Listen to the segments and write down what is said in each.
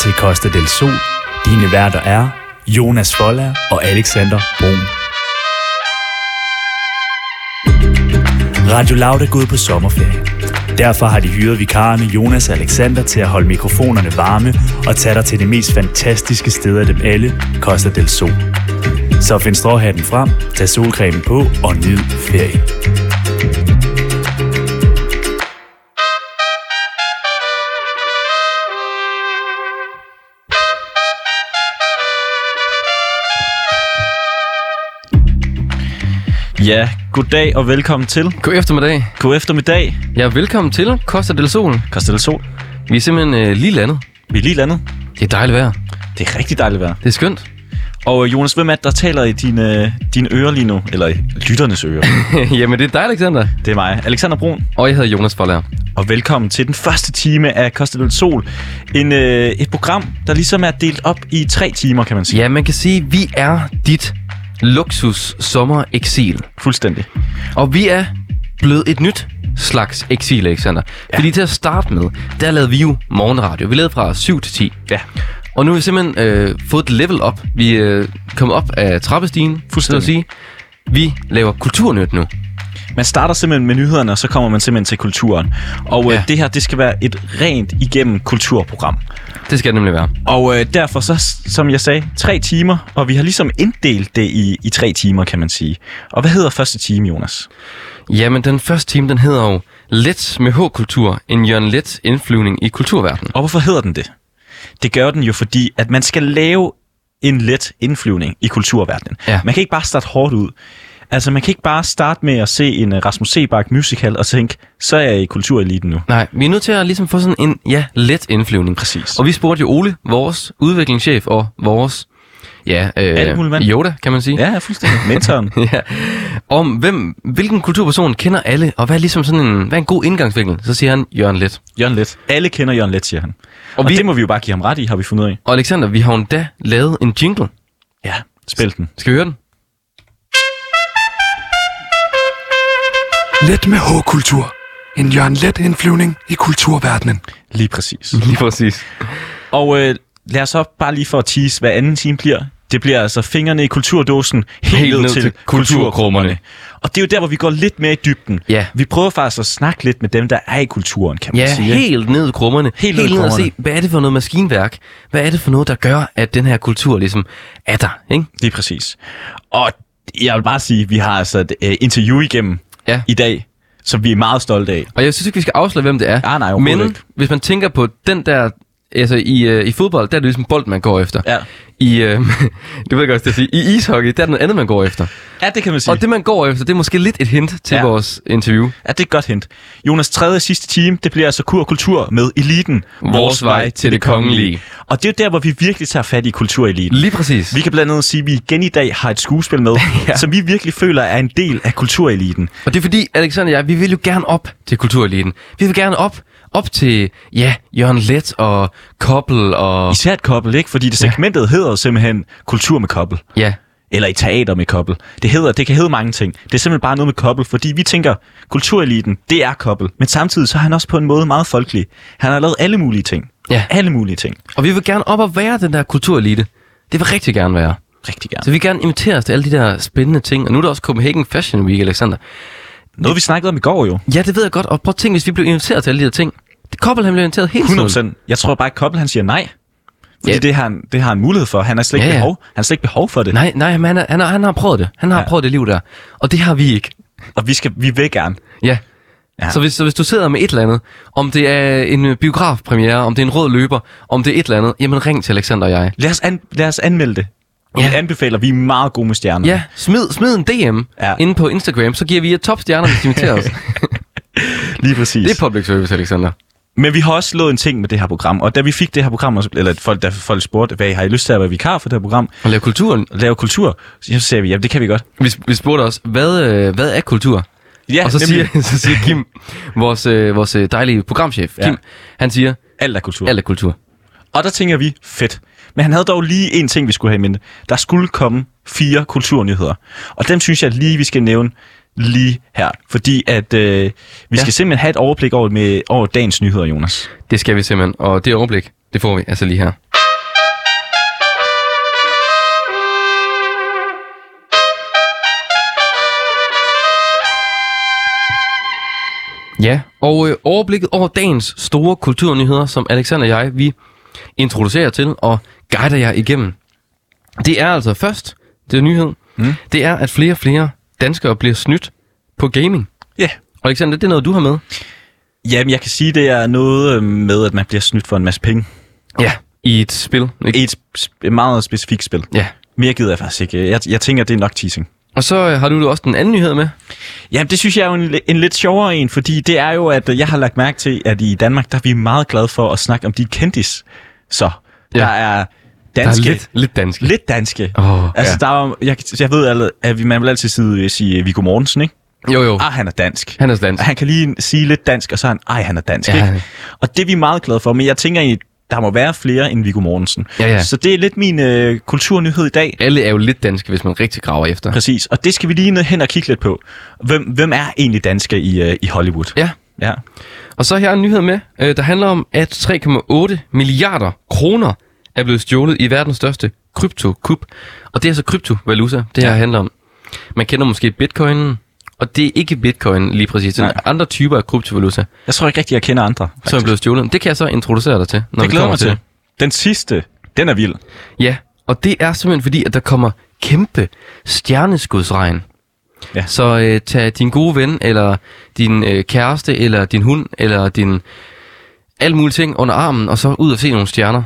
til Costa del Sol. Dine værter er Jonas Folla og Alexander Brun. Radio Loud er gået på sommerferie. Derfor har de hyret vikarerne Jonas og Alexander til at holde mikrofonerne varme og tage dig til det mest fantastiske sted af dem alle, Costa del Sol. Så find stråhatten frem, tag solcremen på og nyd ferie. Ja, goddag og velkommen til. God eftermiddag. God eftermiddag, Ja, velkommen til Costa del Sol. Costa del Sol. Vi er simpelthen øh, lige landet. Vi er lige landet. Det er dejligt vejr. Det er rigtig dejligt vejr. Det er skønt. Og øh, Jonas, hvem er det, der taler i dine, øh, dine ører lige nu? Eller i lytternes ører. Jamen, det er dig, Alexander. det er mig, Alexander Brun. Og jeg hedder Jonas Forlærer. Og velkommen til den første time af Costa del Sol. En, øh, et program, der ligesom er delt op i tre timer, kan man sige. Ja, man kan sige, vi er dit luksus sommereksil. Fuldstændig. Og vi er blevet et nyt slags eksil, Alexander. Ja. Fordi til at starte med, der lavede vi jo morgenradio. Vi lavede fra 7 til 10. Ja. Og nu har vi simpelthen øh, fået et level op. Vi er øh, kommet op af trappestigen, så at Fuldstændig. sige. Vi laver kulturnyt nu. Man starter simpelthen med nyhederne, og så kommer man simpelthen til kulturen. Og øh, ja. Ja. det her, det skal være et rent igennem kulturprogram. Det skal det nemlig være. Og øh, derfor så, som jeg sagde, tre timer, og vi har ligesom inddelt det i, i tre timer, kan man sige. Og hvad hedder første time, Jonas? Jamen, den første time, den hedder jo Let med H-kultur, en Jørgen Let indflyvning i kulturverdenen. Og hvorfor hedder den det? Det gør den jo, fordi at man skal lave en let indflyvning i kulturverdenen. Ja. Man kan ikke bare starte hårdt ud. Altså, man kan ikke bare starte med at se en øh, Rasmus Sebak musical og tænke, så er jeg i kultureliten nu. Nej, vi er nødt til at ligesom få sådan en, ja, let indflyvning. Præcis. Og vi spurgte jo Ole, vores udviklingschef og vores, ja, Alt muligt mand. øh, Yoda, kan man sige. Ja, ja, fuldstændig. Mentoren. ja. Om hvem, hvilken kulturperson kender alle, og hvad er ligesom sådan en, hvad er en god indgangsvinkel? Så siger han Jørgen Let. Jørgen Let. Alle kender Jørgen Let, siger han. Og, og vi... vi- det må vi jo bare give ham ret i, har vi fundet ud af. Og Alexander, vi har jo endda lavet en jingle. Ja, spil den. Skal vi høre den? Let med H-kultur. En Jørgen Let indflyvning i kulturverdenen. Lige præcis. Lige præcis. Og øh, lad os så bare lige for at tease, hvad anden time bliver. Det bliver altså fingrene i kulturdåsen, helt, helt ned til, til kulturkrummerne. Og det er jo der, hvor vi går lidt mere i dybden. Ja. Vi prøver faktisk at snakke lidt med dem, der er i kulturen, kan man Ja, sige. helt ned i krummerne. Helt ned i og krummerne. se, hvad er det for noget maskinværk? Hvad er det for noget, der gør, at den her kultur ligesom er der, ikke? Lige præcis. Og jeg vil bare sige, at vi har altså et øh, interview igennem Ja. i dag, som vi er meget stolte af. Og jeg synes ikke, vi skal afsløre, hvem det er. Ah, nej, overhovedet Men ikke. hvis man tænker på den der... Altså i, øh, i fodbold, der er det ligesom bold, man går efter. Ja. I, øh, det ved jeg godt, skal sige. I ishockey, der er det noget andet, man går efter. Ja, det kan man sige. Og det, man går efter, det er måske lidt et hint til Ja. ja. vores interview. Ja, det er et godt hent. Jonas tredje og sidste time, det bliver altså kur og kultur med eliten. Vores vej til det kongelige. Og det er jo der, hvor vi virkelig tager fat i kultureliten. Lige præcis. Vi kan blandt andet sige, at vi igen i dag har et skuespil med, ja. som vi virkelig føler er en del af kultureliten. Og det er fordi, Alexander og jeg, vi vil jo gerne op til kultureliten. Vi vil gerne op, op til, ja, Jørgen Let og Koppel og... Især et kobbel, ikke? Fordi det segmentet ja. hedder jo simpelthen kultur med kobbel. Ja, Eller i teater med kobbel. Det, hedder, det kan hedde mange ting. Det er simpelthen bare noget med kobbel, fordi vi tænker, kultureliten, det er kobbel. Men samtidig så er han også på en måde meget folkelig. Han har lavet alle mulige ting. Ja. Alle mulige ting. Og vi vil gerne op og være den der kulturelite. Det vil rigtig gerne være. Rigtig gerne. Så vi vil gerne invitere os til alle de der spændende ting. Og nu er der også Copenhagen Fashion Week, Alexander. Noget vi snakkede om i går jo. Ja, det ved jeg godt. Og prøv at tænke, hvis vi blev inviteret til alle de der ting. Det Koppel, han blev inviteret hele tiden. 100%. Jeg tror bare, at Koppel han siger nej. Fordi Ja. yeah. det, har han, det har han mulighed for. Han har slet ikke, Ja, ja. behov. Han har slet ikke behov for det. Nej, nej, men han, er, han, er, han har prøvet det. Han har Ja. ja. prøvet det liv der. Og det har vi ikke. Og vi, skal, vi vil gerne. Ja. Ja. ja. Så, hvis, så hvis du sidder med et eller andet, om det er en øh, biografpremiere, om det er en rød løber, om det er et eller andet, jamen ring til Alexander og jeg. Lad os, an, lad os anmelde det. Og Ja. vi anbefaler, vi er meget gode med stjerner. Ja, smid, smid en DM Ja. ja. inde på Instagram, så giver vi jer topstjerner, hvis de inviterer os. Lige præcis. Det er public service, Alexander. Men vi har også lavet en ting med det her program. Og da vi fik det her program, og så- eller folk, da folk spurgte, hvad I har I lyst til at være vikar for det her program, Og lave kulturen og lave kultur, så sagde vi, jamen det kan vi godt. Vi, vi spurgte os, hvad, øh, hvad er kultur? Ja, og så nemlig. siger, så siger Kim, vores, øh, vores øh, dejlige programchef, Ja. Kim, han siger, Alt er kultur. alt er kultur. Og der tænker vi, fedt. Men han havde dog lige en ting, vi skulle have i mente. Der skulle komme fire kulturnyheder. Og dem synes jeg lige, vi skal nævne lige her. Fordi at øh, vi ja. skal simpelthen have et overblik over, med, over dagens nyheder, Jonas. Det skal vi simpelthen, og det overblik, Det får vi altså lige her. Ja, og øh, overblikket over dagens store kulturnyheder, som Alexander og jeg, vi introducerer til og guider jer igennem. Det er altså først, det er nyhed, mm. det er, at flere og flere danskere bliver snydt på gaming. Ja. Og Alexander, det er noget, du har med. Jamen, jeg kan sige, det er noget øh, med, at man bliver snydt for en masse penge. Ja. I et spil. Ikke? I et sp- meget specifikt spil. Ja. Mere gider jeg faktisk ikke. Jeg, jeg tænker, det er nok teasing. Og så øh, har du da også den anden nyhed med. Jamen, det synes jeg er jo en, en lidt sjovere en, fordi det er jo, at øh, jeg har lagt mærke til, at i Danmark, der er vi meget glade for at snakke om de kendis. Så Ja. ja. der er Der er danske... lidt, lidt dansk. lidt danske. Åh, altså, ja. der er, jo- jeg, jeg ved, alle- at vi- man vil altid sige, sige øh, Viggo Mortensen, ikke? Jo, jo. Ah, han er dansk. Han er dansk. Han kan lige sige lidt dansk, og så er han, ej, han er dansk. Ja, Ja, han er- ikke? Og det er vi meget glade for, men jeg tænker egentlig, der må være flere end Viggo Mortensen. Ja, ja. Så det er lidt min øh, kulturnyhed i dag. Alle er jo lidt danske, hvis man rigtig graver efter. Præcis, og det skal vi lige ned hen og kigge lidt på. Hvem, hvem er egentlig danske i, øh, i Hollywood? Ja, Ja. og så har jeg en nyhed med, øh, der handler om, at 3,8 milliarder kroner er blevet stjålet i verdens største kryptokup. Og det er altså kryptovaluta, det her handler om. Man kender måske bitcoinen, og det er ikke bitcoin lige præcis. Det er Nej. andre typer af kryptovaluta, Jeg tror ikke rigtig, jeg kender andre. som er blevet stjålet. Det kan jeg så introducere dig til, når det vi glæder kommer mig til til. Den sidste, den er vild. Ja, og det er simpelthen fordi, at der kommer kæmpe stjerneskudsregn. Ja. Så øh, tag din gode ven, eller din øh, kæreste, eller din hund, eller din alle mulige ting under armen, og så ud og se nogle stjerner.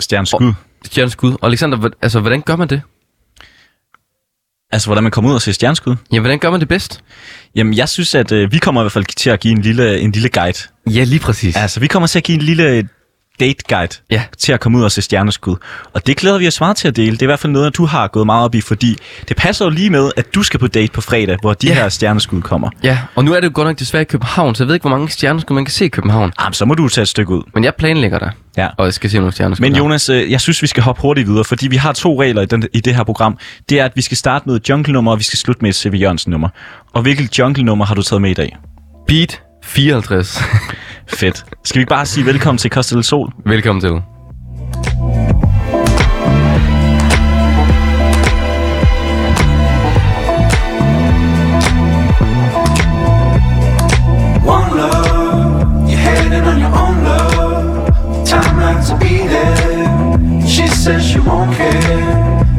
Stjerneskud. Oh. Stjerneskud. Og Alexander, hva- altså, hvordan gør man det? Altså, hvordan man kommer ud og ser stjerneskud. Ja, hvordan gør man det bedst? Jamen, jeg synes, at øh, vi kommer i hvert fald til at give en lille, en lille guide. Ja, lige præcis. Altså, vi kommer til at give en lille øh, date guide Ja. til at komme ud og se stjerneskud. Og det glæder vi os meget til at dele. Det er i hvert fald noget, du har gået meget op i, fordi det passer jo lige med, at du skal på date på fredag, hvor de Ja. ja. her stjerneskud kommer. Ja, og nu er det jo godt nok desværre i København, så jeg ved ikke, hvor mange stjerneskud man kan se i København. Jamen, Ah, så må du tage et stykke ud. Men jeg planlægger der, Ja. og jeg skal se nogle stjerneskud. Men der. Jonas, øh, jeg synes, vi skal hoppe hurtigt videre, fordi vi har to regler i, den, i det her program. Det er, at vi skal starte med et jungle-nummer, og vi skal slutte med et C.V. Jørgensen-nummer. Og hvilket jungle-nummer har du taget med i dag? Beat 54. Fedt. Skal vi ikke bare sige velkommen til Costa del Sol? Velkommen til. One love, you're heading on your own love. Time not to be there. She says she won't care.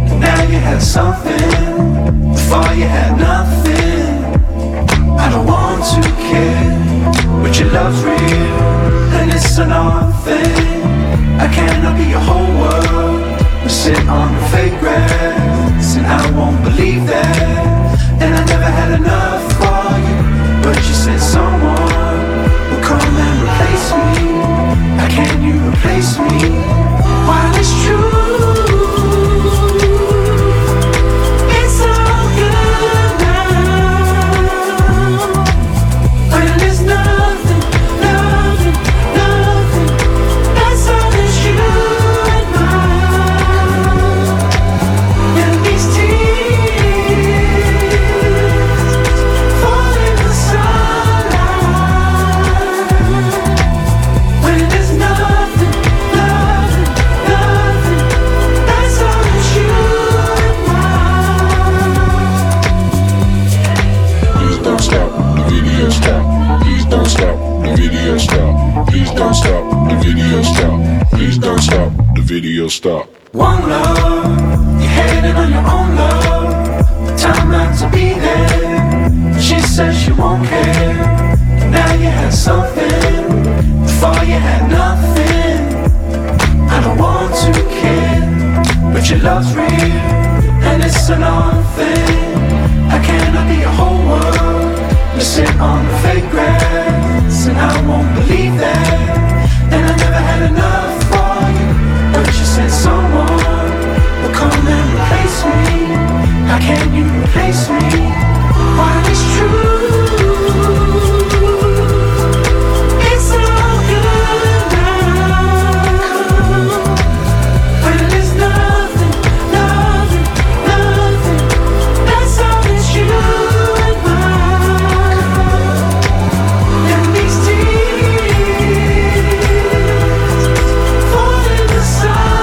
And now you had something, before you had nothing. I don't want to care, but your love's real, and it's an odd thing. I cannot be your whole world. You sit on the fake grass, and I won't believe that. And I never had enough for you, but you said someone will come and replace me. How can you replace me? While it's true. It's all good now. When it's nothing, nothing, nothing. That's all that's you and mine. And these tears fall in the sunlight. When it's nothing, nothing, nothing. That's all that's you and mine. Please don't stop, the video stop. Please don't stop, the video stop. Please don't stop, the video stop. Please don't stop, the video stop. One love, you're headed on your own love. Time not to be there. She says she won't care. Now you had something, before you had nothing. I don't want to care, but your love's real, and it's an odd thing. I cannot be a whole world. You sit on the fake grass, and I won't believe that. And I never had enough for you, but you said someone will come and replace me. How can you replace me? While it's true, it's all good now. When it's nothing, nothing, nothing, that's all that's you and mine. And these tears fall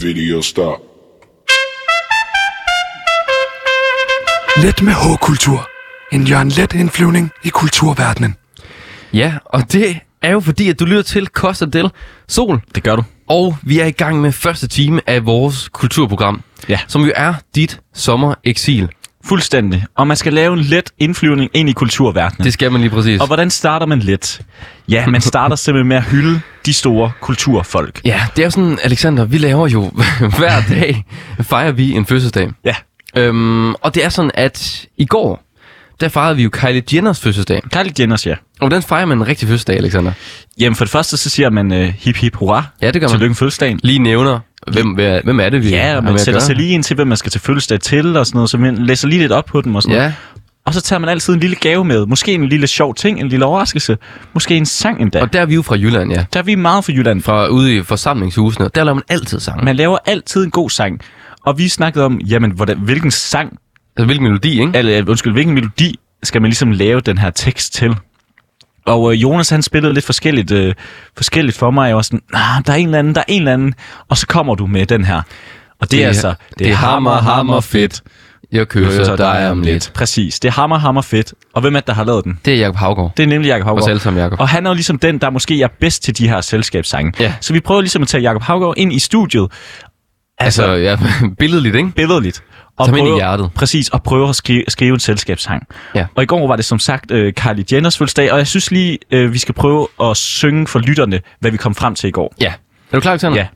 video stop. Let med H-kultur. En Jørgen Let indflyvning i kulturverdenen. Ja, og det er jo fordi, at du lytter til Costa del Sol, Det gør du. og vi er i gang med første time af vores kulturprogram, Ja. som jo er dit sommereksil. Fuldstændig. Og man skal lave en let indflyvning ind i kulturverdenen. Det skal man lige præcis. Og hvordan starter man let? Ja, man starter simpelthen med at hylde de store kulturfolk. Ja, det er jo sådan, Alexander, vi laver jo hver dag, fejrer vi en fødselsdag. Ja, Øhm, og det er sådan, at i går, der fejrede vi jo Kylie Jenners fødselsdag. Kylie Jenners, ja. Og hvordan fejrer man en rigtig fødselsdag, Alexander? Jamen for det første, så siger man øh, hip hip hurra. Ja, det gør man. Tillykke med fødselsdagen. Lige nævner, hvem, hvem- hvem er det, vi Ja, og med man at sætter gøre? sig lige ind til, hvem man skal til fødselsdag til og sådan noget, så man læser lige lidt op på dem og sådan noget. Ja, Og så tager man altid en lille gave med. Måske en lille sjov ting, en lille overraskelse. Måske en sang endda. Og og der er vi jo fra Jylland, ja. der er vi meget for Jylland. Fra ude i forsamlingshusene, der laver man altid sang. Man laver altid en god sang. Og vi snakkede om, jamen, hvordan, hvilken sang, Altså, hvilken melodi, ikke? eller øh, undskyld, hvilken melodi skal man ligesom lave den her tekst til? Og øh, Jonas han spillede lidt forskelligt, øh, forskelligt for mig. Jeg var sådan, nah, der er en eller anden, der er en eller anden. Og så kommer du med den her. Og det, det er altså, det er hammer, hammer fedt. Jeg kysser dig om lidt. Præcis, det er hammer, hammer fedt. Og hvem er det, der har lavet den? Det er Jacob Havgaard. Det er nemlig Jakob Haugaard. Os alle sammen, Jacob. Og han er jo ligesom den, der måske er bedst til de her selskabssange. Ja. Så vi prøver ligesom at tage Jakob Haugaard ind i studiet. Altså, ja, billedligt, ikke? billedligt. Tag dem ind i hjertet. Præcis, og prøve at skrive, skrive en selskabssang. Ja. Og i går var det som sagt øh, Kylie Jenners fødselsdag, og jeg synes lige, øh, vi skal prøve at synge for lytterne, hvad vi kom frem til i går. Ja. Er du klar, Alexander? Ja.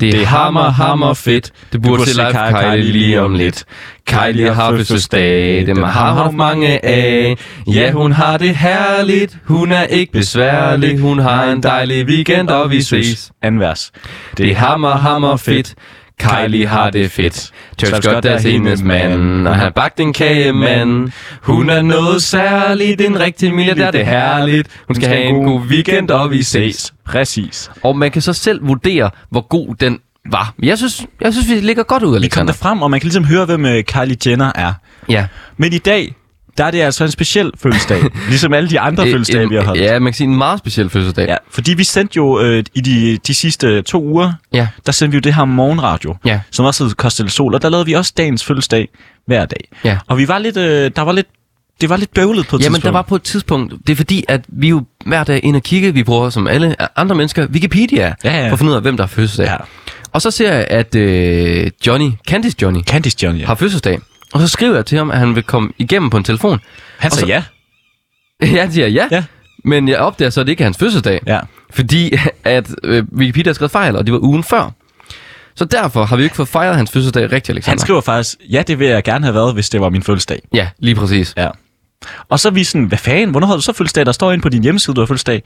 Det er hammer, hammer fedt. Det burde se live Kylie lige om lidt. Kylie har fødselsdag, dem har haft mange af. Ja, hun har det herligt, hun er ikke besværlig. Hun har en dejlig weekend, og vi ses. Anden vers. Det er hammer, hammer fedt. Kylie har det fedt. Tørs godt er hendes mand, og han bagt en kagemand. Hun er noget særligt, en rigtig milliardær, det er herligt. Hun skal have en god weekend, og vi ses. Præcis. Og man kan så selv vurdere, hvor god den var. Men Jeg synes, jeg synes vi ligger godt ud, Vi kom Alexander. der frem, og man kan ligesom høre, hvem øh, Kylie Jenner er. Ja. Men i dag, der er det altså en speciel fødselsdag, ligesom alle de andre fødselsdage, vi har holdt. Øh, Ja, man kan sige en meget speciel fødselsdag. Ja, fordi vi sendte jo øh, i de, de sidste to uger, Ja. der sendte vi jo det her morgenradio, Ja. som også hed Kostel Sol, og der lavede vi også dagens fødselsdag hver dag. Ja. Og vi var lidt, øh, der var lidt, det var lidt bøvlet på et Jamen, tidspunkt. der var på et tidspunkt, det er fordi, at vi jo hver dag ind og kigge, vi bruger som alle andre mennesker, Wikipedia, Ja, ja. for at finde ud af, hvem der har fødselsdag. Ja. Og så ser jeg, at øh, Johnny, Candice Johnny, Candice John, ja. har fødselsdag. Og så skriver jeg til ham, at han vil komme igennem på en telefon. Han og sagde så- ja. Han siger ja, Ja. men jeg opdager så, at det ikke er hans fødselsdag. Ja. Fordi at øh, Wikipedia har skrevet fejl, og det var ugen før. Så derfor har vi ikke fået fejret hans fødselsdag rigtigt, Alexander. Han skriver faktisk, ja, det ville jeg gerne have været, hvis det var min fødselsdag. Ja, lige præcis. Ja. Og så er vi sådan, hvad fanden, hvornår har du så fødselsdag? Der står inde på din hjemmeside, du har fødselsdag.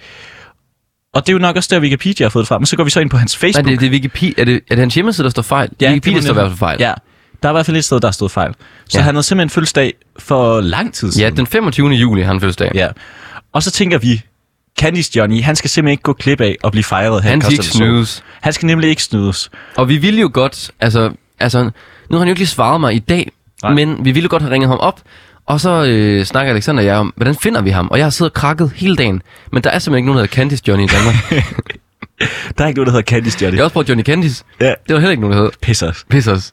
Og det er jo nok også der, Wikipedia har fået det fra. Men så går vi så ind på hans Nej, Facebook. det, det er, Wikipedia, er, det, er det hans hjemmeside, der står fejl? Wikipedia det står var i hvert nemlig- fald fejl. Ja, der er i hvert fald et sted, der stod fejl. Så Ja. ja. han havde simpelthen fødselsdag for lang tid siden. ja, den 25. juli har han fødselsdag. Ja. Og så tænker vi, Candice Johnny, han skal simpelthen ikke gå klip af og blive fejret her. i Han skal Costa ikke del Sol. snydes. Han skal nemlig ikke snydes. Og vi ville jo godt, altså, altså nu har han jo ikke lige svaret mig i dag, Nej. Nej. men vi ville jo godt have ringet ham op, og så øh, snakker Alexander og jeg om, hvordan finder vi ham? Og jeg har siddet og krakket hele dagen, men der er simpelthen ikke nogen, der hedder Candice Johnny i Danmark. Der er ikke noget, der hedder Candice Johnny. jeg har også prøvet Johnny Candice. Ja. Det var heller ikke nogen, der hed. Pisser. os. Piss os.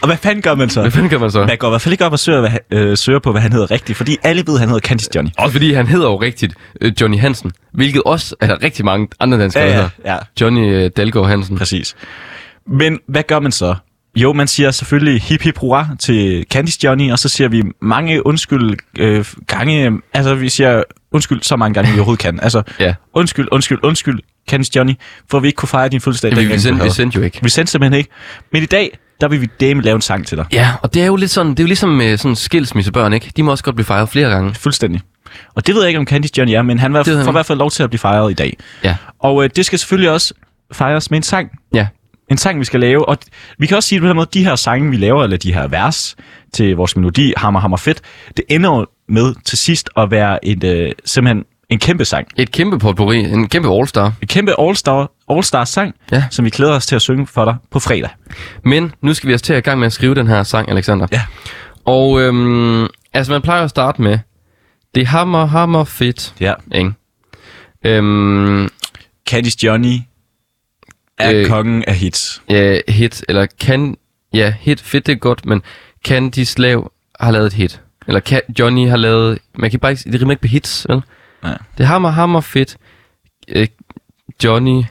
Og hvad fanden gør man så? Hvad fanden gør man så? Man går i hvert fald ikke op og søger, hvad, han- øh, søger på, hvad han hedder rigtigt, fordi alle ved, at han hedder Candice Johnny. Også fordi han hedder jo rigtigt øh, Johnny Hansen, hvilket også er der rigtig mange andre danskere, Ja, der ja, hedder. ja. Johnny øh, Dalgaard Hansen. Præcis. Men hvad gør man så? Jo, man siger selvfølgelig hip hip hurra til Candice Johnny, og så siger vi mange undskyld øh, gange, altså vi siger undskyld så mange gange, vi overhovedet kan. Altså Ja. undskyld, undskyld, undskyld, Candice Johnny, for at vi ikke kunne fejre din fødselsdag. Det, vi, dengang, vi, du sendte, vi havde. sendte jo ikke. Vi sendte simpelthen ikke. Men i dag, der vil vi dame lave en sang til dig. Ja, og det er jo lidt sådan, det er jo ligesom med sådan skilsmissebørn, ikke? De må også godt blive fejret flere gange. Fuldstændig. Og det ved jeg ikke, om Candice Johnny er, men han var, Det ved han får i ikke. hvert fald lov til at blive fejret i dag. Ja. Og øh, det skal selvfølgelig også fejres med en sang. Ja. En sang, vi skal lave. Og vi kan også sige det på den måde, de her sange, vi laver, eller de her vers til vores melodi, Hammer, Hammer, Fedt, det ender jo med til sidst at være et, øh, simpelthen en kæmpe sang. Et kæmpe potpourri, en kæmpe all-star. En kæmpe all-star, all-star sang, Ja. som vi glæder os til at synge for dig på fredag. Men nu skal vi også til at i gang med at skrive den her sang, Alexander. Ja. Og øhm, altså, man plejer at starte med, det er hammer, hammer fedt, Ja. ikke? Øhm, Candice Johnny, Er Øh. øh, kongen af hits. øh, hit, eller kan, ja, hit, fedt det er godt, men Candice Lav har lavet et hit. Eller kan, Johnny har lavet, man kan bare ikke, det rimer ikke på hits, vel? Nej. Det er hammer, hammer fedt. Øh, Johnny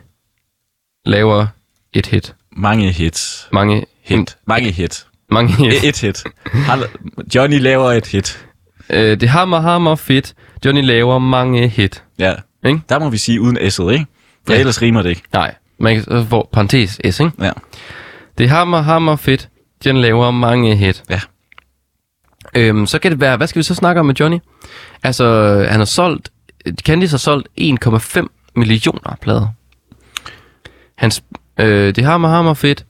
laver et hit. Mange hits. Mange Mm, Hit. Mange hit. Mange hit. Et, et hit. Har la- Johnny laver et hit. Øh, det er hammer, hammer fedt. Johnny laver mange hit. Ja. Ikke? Der må vi sige uden S'et, ikke? For Ja. ja. ellers rimer det ikke. Nej, man kan så få parentes S, ikke? Ja. Det er hammer, hammer fedt. Johnny laver mange hit. Ja. Øhm, så kan det være, hvad skal vi så snakke om med Johnny? Altså, han har solgt, Candice har solgt 1,5 millioner plader. Hans, øh, det har mig hammer fedt.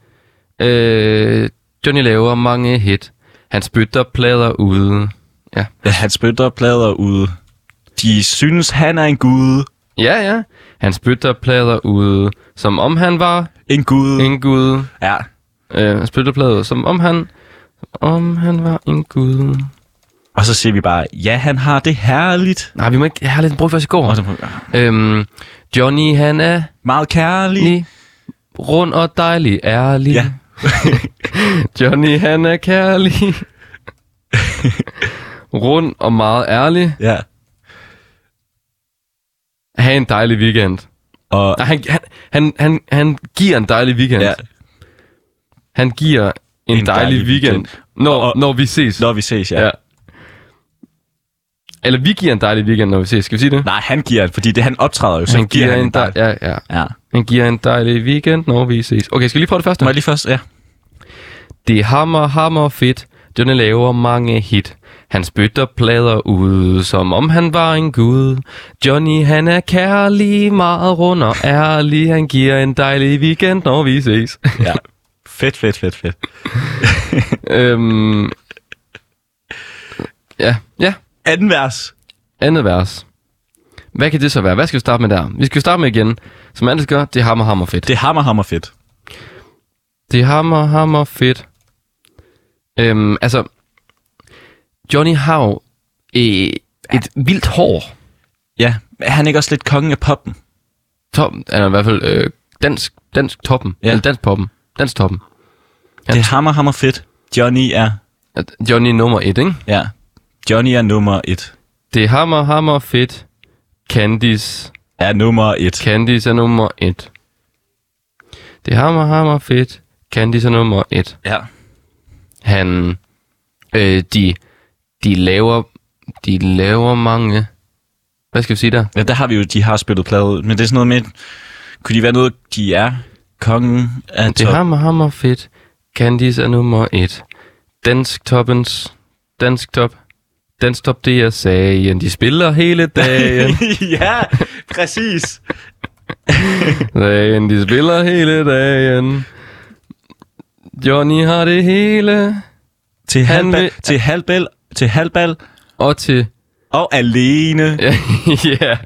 Øh, Johnny laver mange hit. Han spytter plader ude. Ja. Ja, Han spytter plader ude. De synes, han er en gud. Ja, ja. Han spytter plader ude, som om han var En gud. en gud. Ja. Øh, han spytter plader ud, som om han, som om han var en gud. Og så siger vi bare, ja, han har det herligt. Nej, vi må ikke, jeg har lidt den brugt først i går. Og så, Øhm, Johnny, han er meget kærlig. Ni. Rund og dejlig, ærlig. Ja. Johnny, han er kærlig. Rund og meget ærlig. Ja. Ha' en dejlig weekend. Og Nej, han, han, han, han, han giver en dejlig weekend. ja, Han giver en, en dejlig, dejlig weekend, weekend. Når, og, Og- når vi ses. når vi ses, ja. Ja. ja. Eller vi giver en dejlig weekend, når vi ses. Skal vi sige det? Nej, han giver, fordi det han optræder jo, så han giver en dej- dej- ja, ja. Ja. Han giver en dejlig weekend, når vi ses. Okay, skal vi lige prøve det første? Må jeg lige først? Ja. Det er hammer, hammer fedt. Johnny laver mange hit. Han spytter plader ud, som om han var en gud. Johnny, han er kærlig, meget rund og ærlig. Han giver en dejlig weekend, når vi ses. ja. Fedt, fedt, fedt, fedt. øhm, ja, ja. Anden vers. Andet vers. Hvad kan det så være? Hvad skal vi starte med der? Vi skal jo starte med igen. Som andet gør, det er hammer, hammer fedt. Det er hammer, hammer fedt. Det er hammer, hammer fedt. Øhm, altså, Johnny har jo øh, et vildt hår. Ja. Er han ikke også lidt kongen af poppen? Top, eller i hvert fald øh, dansk, dansk toppen. Ja. Ja. Eller dansk poppen. Dansk toppen. Ja. Det er hammer, hammer fedt. Johnny er... At Johnny nummer et, ikke? Ja. Johnny er nummer et. Det er hammer, hammer fedt. Candice. Er nummer et. Candice er nummer et. Det er hammer, hammer fedt. Candice er nummer et. Ja. Han, øh, de, de laver, de laver mange, hvad skal vi sige der? ja. der har vi jo, de har spillet plade ud. Men det er sådan noget med, kunne de være noget, de er kongen af Det er top? hammer, hammer fedt. Candice er nummer et. Dansk toppens. Dansk top. Dansk top, det er sagen. De spiller hele dagen. ja, præcis. sagen. De spiller hele dagen. Johnny har det hele. til Han halvbal, vil- til halvbal, til halvbal Og til... og alene. Ja. yeah.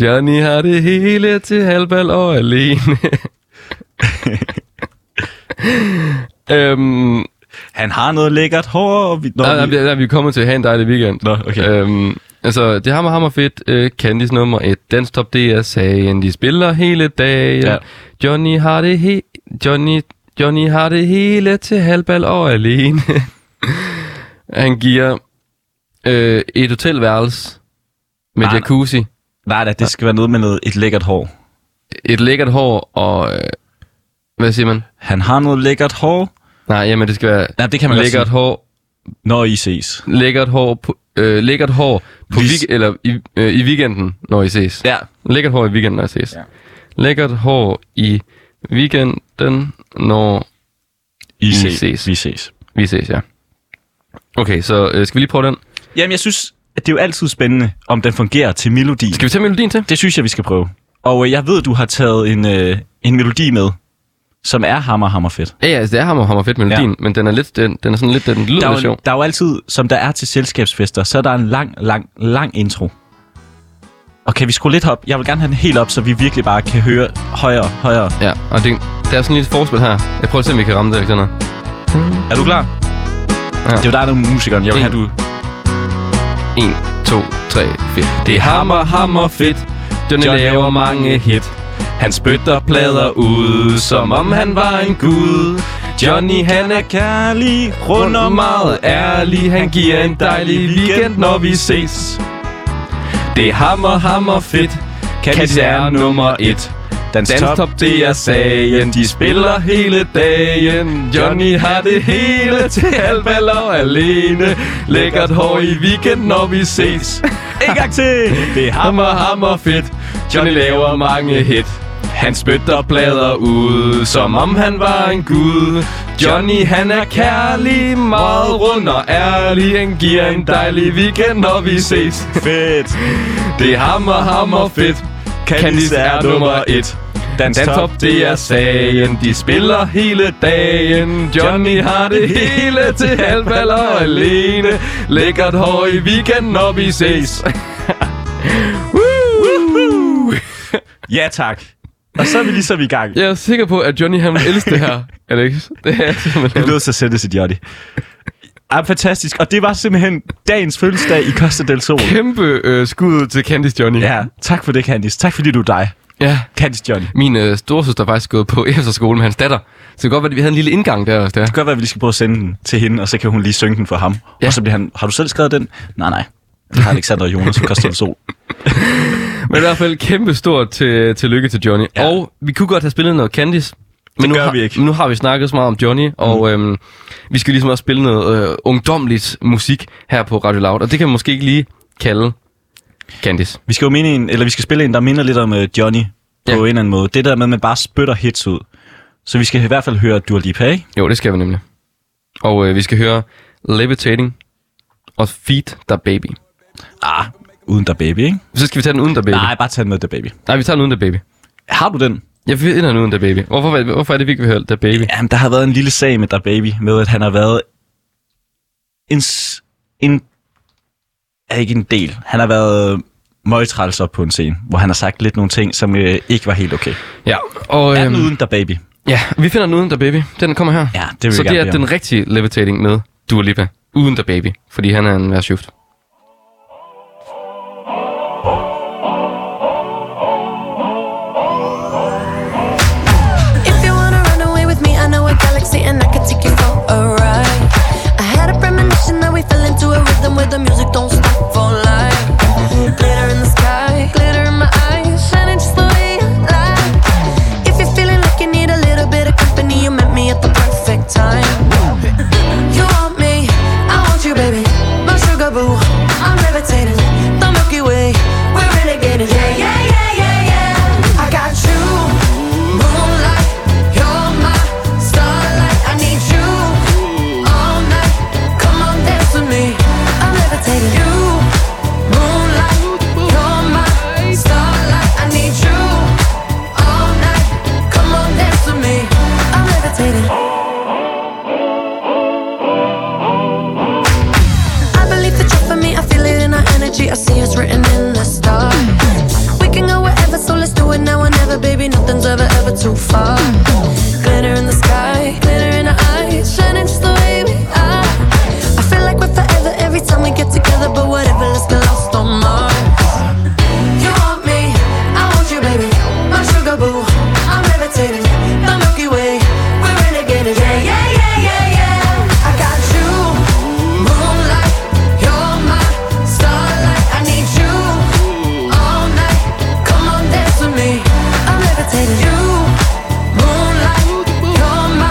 Johnny har det hele til halvbal og alene. øhm, Han har noget lækkert hår. og Vi, når Nej, nej, vi, vi, nej, vi kommer til at have en dejlig weekend. Nå, okay. Øhm, altså, det er hammer, hammer fedt. Øh, Candice nummer et. Dansk Top, det er sagen. De spiller hele dagen. Ja. Ja. Johnny har det he- Johnny, Johnny har det hele til halvbal og alene. Han giver øh, et hotelværelse med Nej, nej. jacuzzi. nej, nej, det skal være noget med noget, et lækkert hår. Et lækkert hår og... Øh, hvad siger man? Han har noget lækkert hår. Nej, jamen det skal være Nej, det kan man godt lækkert sige. hår Når I ses. lækkert hår på, øh, lækkert hår på Vi- week- eller i, øh, i weekenden, når I ses. Ja. Lækkert hår i weekenden, når I ses. Ja. Ja. Lækkert hår i weekenden, når I, ses. ses. Vi ses. vi ses, ja. Okay, så øh, skal vi lige prøve den. Jamen, jeg synes, at det er jo altid spændende, om den fungerer til melodi. Skal vi tage melodien til? Det synes jeg, vi skal prøve. Og øh, jeg ved, du har taget en, øh, en melodi med, som er hammer, hammer fedt. Ja, ja, altså det er hammer, hammer fedt melodien, ja. men den er, lidt, den, den er sådan lidt, den Der lyder lidt er, jo, sjov. der er jo altid, som der er til selskabsfester, så er der en lang, lang, lang intro. Og kan vi skrue lidt op? Jeg vil gerne have den helt op, så vi virkelig bare kan høre højere, højere. Ja, og det, der er sådan lidt forspil her. Jeg prøver at se, om vi kan ramme det, Alexander. Er du klar? Ja. Ja. Det er jo dig, der er musikeren. Jeg vil En. have, du... 1, 2, 3, 4. Det er hammer, hammer fedt. Johnny Johnny laver laver mange hit. Han spytter plader ud, som om han var en gud. Johnny han er kærlig, rund og meget ærlig. Han giver en dejlig weekend, når vi ses. Det er hammer, hammer fedt. Kattis er nummer et. Dans, Danstop, top. Top, det er sagen. De spiller hele dagen. Johnny har det hele til halv eller alene. Lækkert hår i weekend, når vi ses. En gang til! Det er ham. Hammer, hammer fedt. Johnny laver mange hit. Han spytter plader ud, som om han var en gud. Johnny han er kærlig, meget rund og ærlig. Han giver en dejlig weekend, når vi ses. Fedt. Det er hammer, hammer fedt. Candice er nummer et. Dans, Dan Top, det er sagen. De spiller hele dagen. Johnny har det hele til halvballer alene. Lækkert hår i weekend, når vi ses. Woo! Ja, tak. Og så er vi ligesom i gang. Jeg er sikker på, at Johnny han vil elske det her, Alex. Det er Vi er simpelthen... nødt til at sende det til Johnny. Ja, fantastisk. Og det var simpelthen dagens fødselsdag i Costa del Sol. Kæmpe øh, skud til Candice Johnny. Ja, tak for det, Candice. Tak fordi du er dig. ja. Candice Johnny. Det Min øh, storesøster er faktisk gået på efterskole med hans datter. Så det kan godt være, at vi havde en lille indgang der også der. kan godt være, at vi lige skal prøve at sende den til hende, og så kan hun lige synge den for ham. Ja. Ja. Og så bliver han, har du selv skrevet den? Nej, nej. Det har Alexander og Jonas fra Costa del Sol. Men i hvert fald kæmpe stort til, tillykke til Johnny. Ja. Ja. Og vi kunne godt have spillet noget Candice. Men Det nu gør har, vi ikke. Mm. men Nu har vi snakket så meget om Johnny, og øhm, vi skal ligesom også spille noget øh, ungdomligt musik her på Radio Loud. Og det kan man måske ikke lige kalde Candice. Vi skal jo minde en, eller vi skal spille en, der minder lidt om øh, Johnny på Ja. en eller anden måde. Det der med, at man bare spytter hits ud. Så vi skal i hvert fald høre Dua Lipa, ikke? Jo, det skal vi nemlig. Og øh, vi skal høre Levitating og Feed the Baby. Ah, uden der baby, ikke? Så skal vi tage den uden der baby. Nej, bare tag den med der baby. Nej vi tager den uden der baby. Har du den? Jeg finder den uden der baby. Hvorfor, hvorfor er det, vi ikke vil høre der baby? Jamen, der har været en lille sag med der baby, med at han har været en... s- en er ikke en del. Han har været øh, møgtræls op på en scene, hvor han har sagt lidt nogle ting, som øh, ikke var helt okay. Ja, og... øhm, Er den uden der baby? Ja, vi finder den uden der baby. Den kommer her. Ja, det vil Så jeg det gerne er bede om. den rigtige levitating med Dua Lipa. Uden der baby. Fordi han er en værtsjuft. If you wanna run away with me, I know a galaxy and I can take you for a ride. I had a premonition that we fell into a rhythm where the music don't stop for life. Glitter in the sky, glitter in my eyes, shining just the way you like. If you're feeling like you need a little bit of company, you met me at the perfect time. You want me, I want you, baby. My sugar boo, I'm levitating. The Milky Way, we're renegading. Yeah, yeah, yeah, yeah, yeah. I got you, moonlight. You're my starlight. I need you all night. Come on, dance with me. I'm levitating. You, moonlight. You're my starlight. I need you all night. Come on, dance with me. I'm levitating. I believe that you're for me. I feel it in our energy. I see it's written in the stars. We can go wherever, so let's do it now or never, baby. Nothing's ever, ever too far. Glitter in the sky, glitter in our eyes, shining just the way we are. I feel like we're forever every time we get together, but whatever, let's get lost on Mars. You want me, I want you, baby. My sugar boo, I'm levitating. The Milky Way, we're renegading. Yeah, yeah, yeah, yeah, yeah. I got you, moonlight. You're my starlight. I need you all night. Come on, dance with me. I'm levitating. You, moonlight. You're my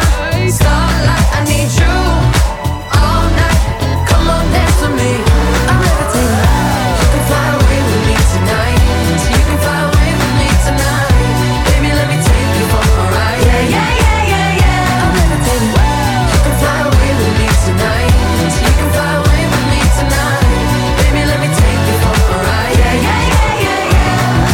starlight. I need you all night. Come on, dance with me. I'm levitating. You can fly away with me tonight. You can fly away with me tonight. Baby, let me take you for a ride. Yeah, yeah, yeah, yeah, yeah. I'm levitating. You can fly away with me tonight. You can fly away with me tonight. Baby, let me take you for a ride. Yeah, yeah, yeah, yeah, yeah. My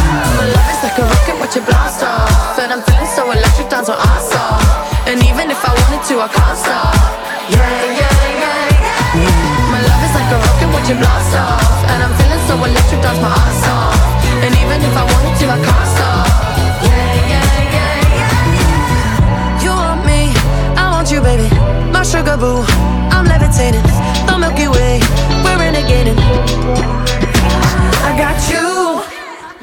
love is like a rocket, watch it blast off. And I'm feeling so electric, dance on our song. And even if I wanted to, I can't stop. Yeah, yeah, yeah, yeah, yeah. My love is like a rocket, watch it blast off. And I'm feeling so electric, dance my ass off. And even if I wanted to, I can't stop. Yeah, yeah, yeah, yeah. You want me, I want you, baby. My sugar boo, I'm levitating. The Milky Way, we're renegading. I got you,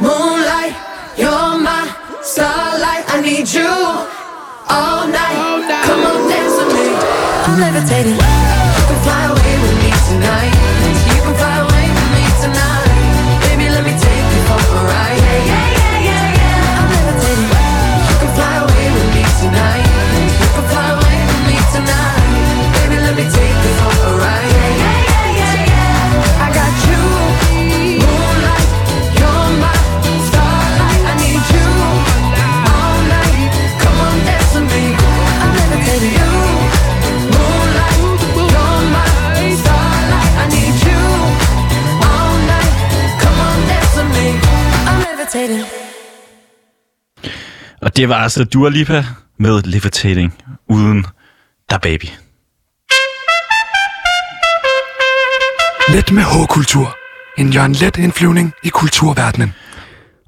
moonlight, you're my star. need you all night. Come on, dance with me. I'm levitating. You can fly away with me tonight. You can fly away with me tonight. Baby, let me take you for a ride. Yeah, yeah, yeah, yeah, yeah. I'm levitating. You can fly away with me tonight. You can fly away with me tonight. Baby, let me take you for a ride. Yeah, yeah, yeah, yeah, yeah. I got you. Moonlight, you're my starlight. I need you all night. Come on, dance with me. I'm levitating. You, moonlight, you're my starlight. I need you all night. Come on, dance with me. I'm levitating. Og det var altså Dua Lipa med Levitating uden der baby. Let med H-kultur. En Jørgen Let indflyvning i kulturverdenen.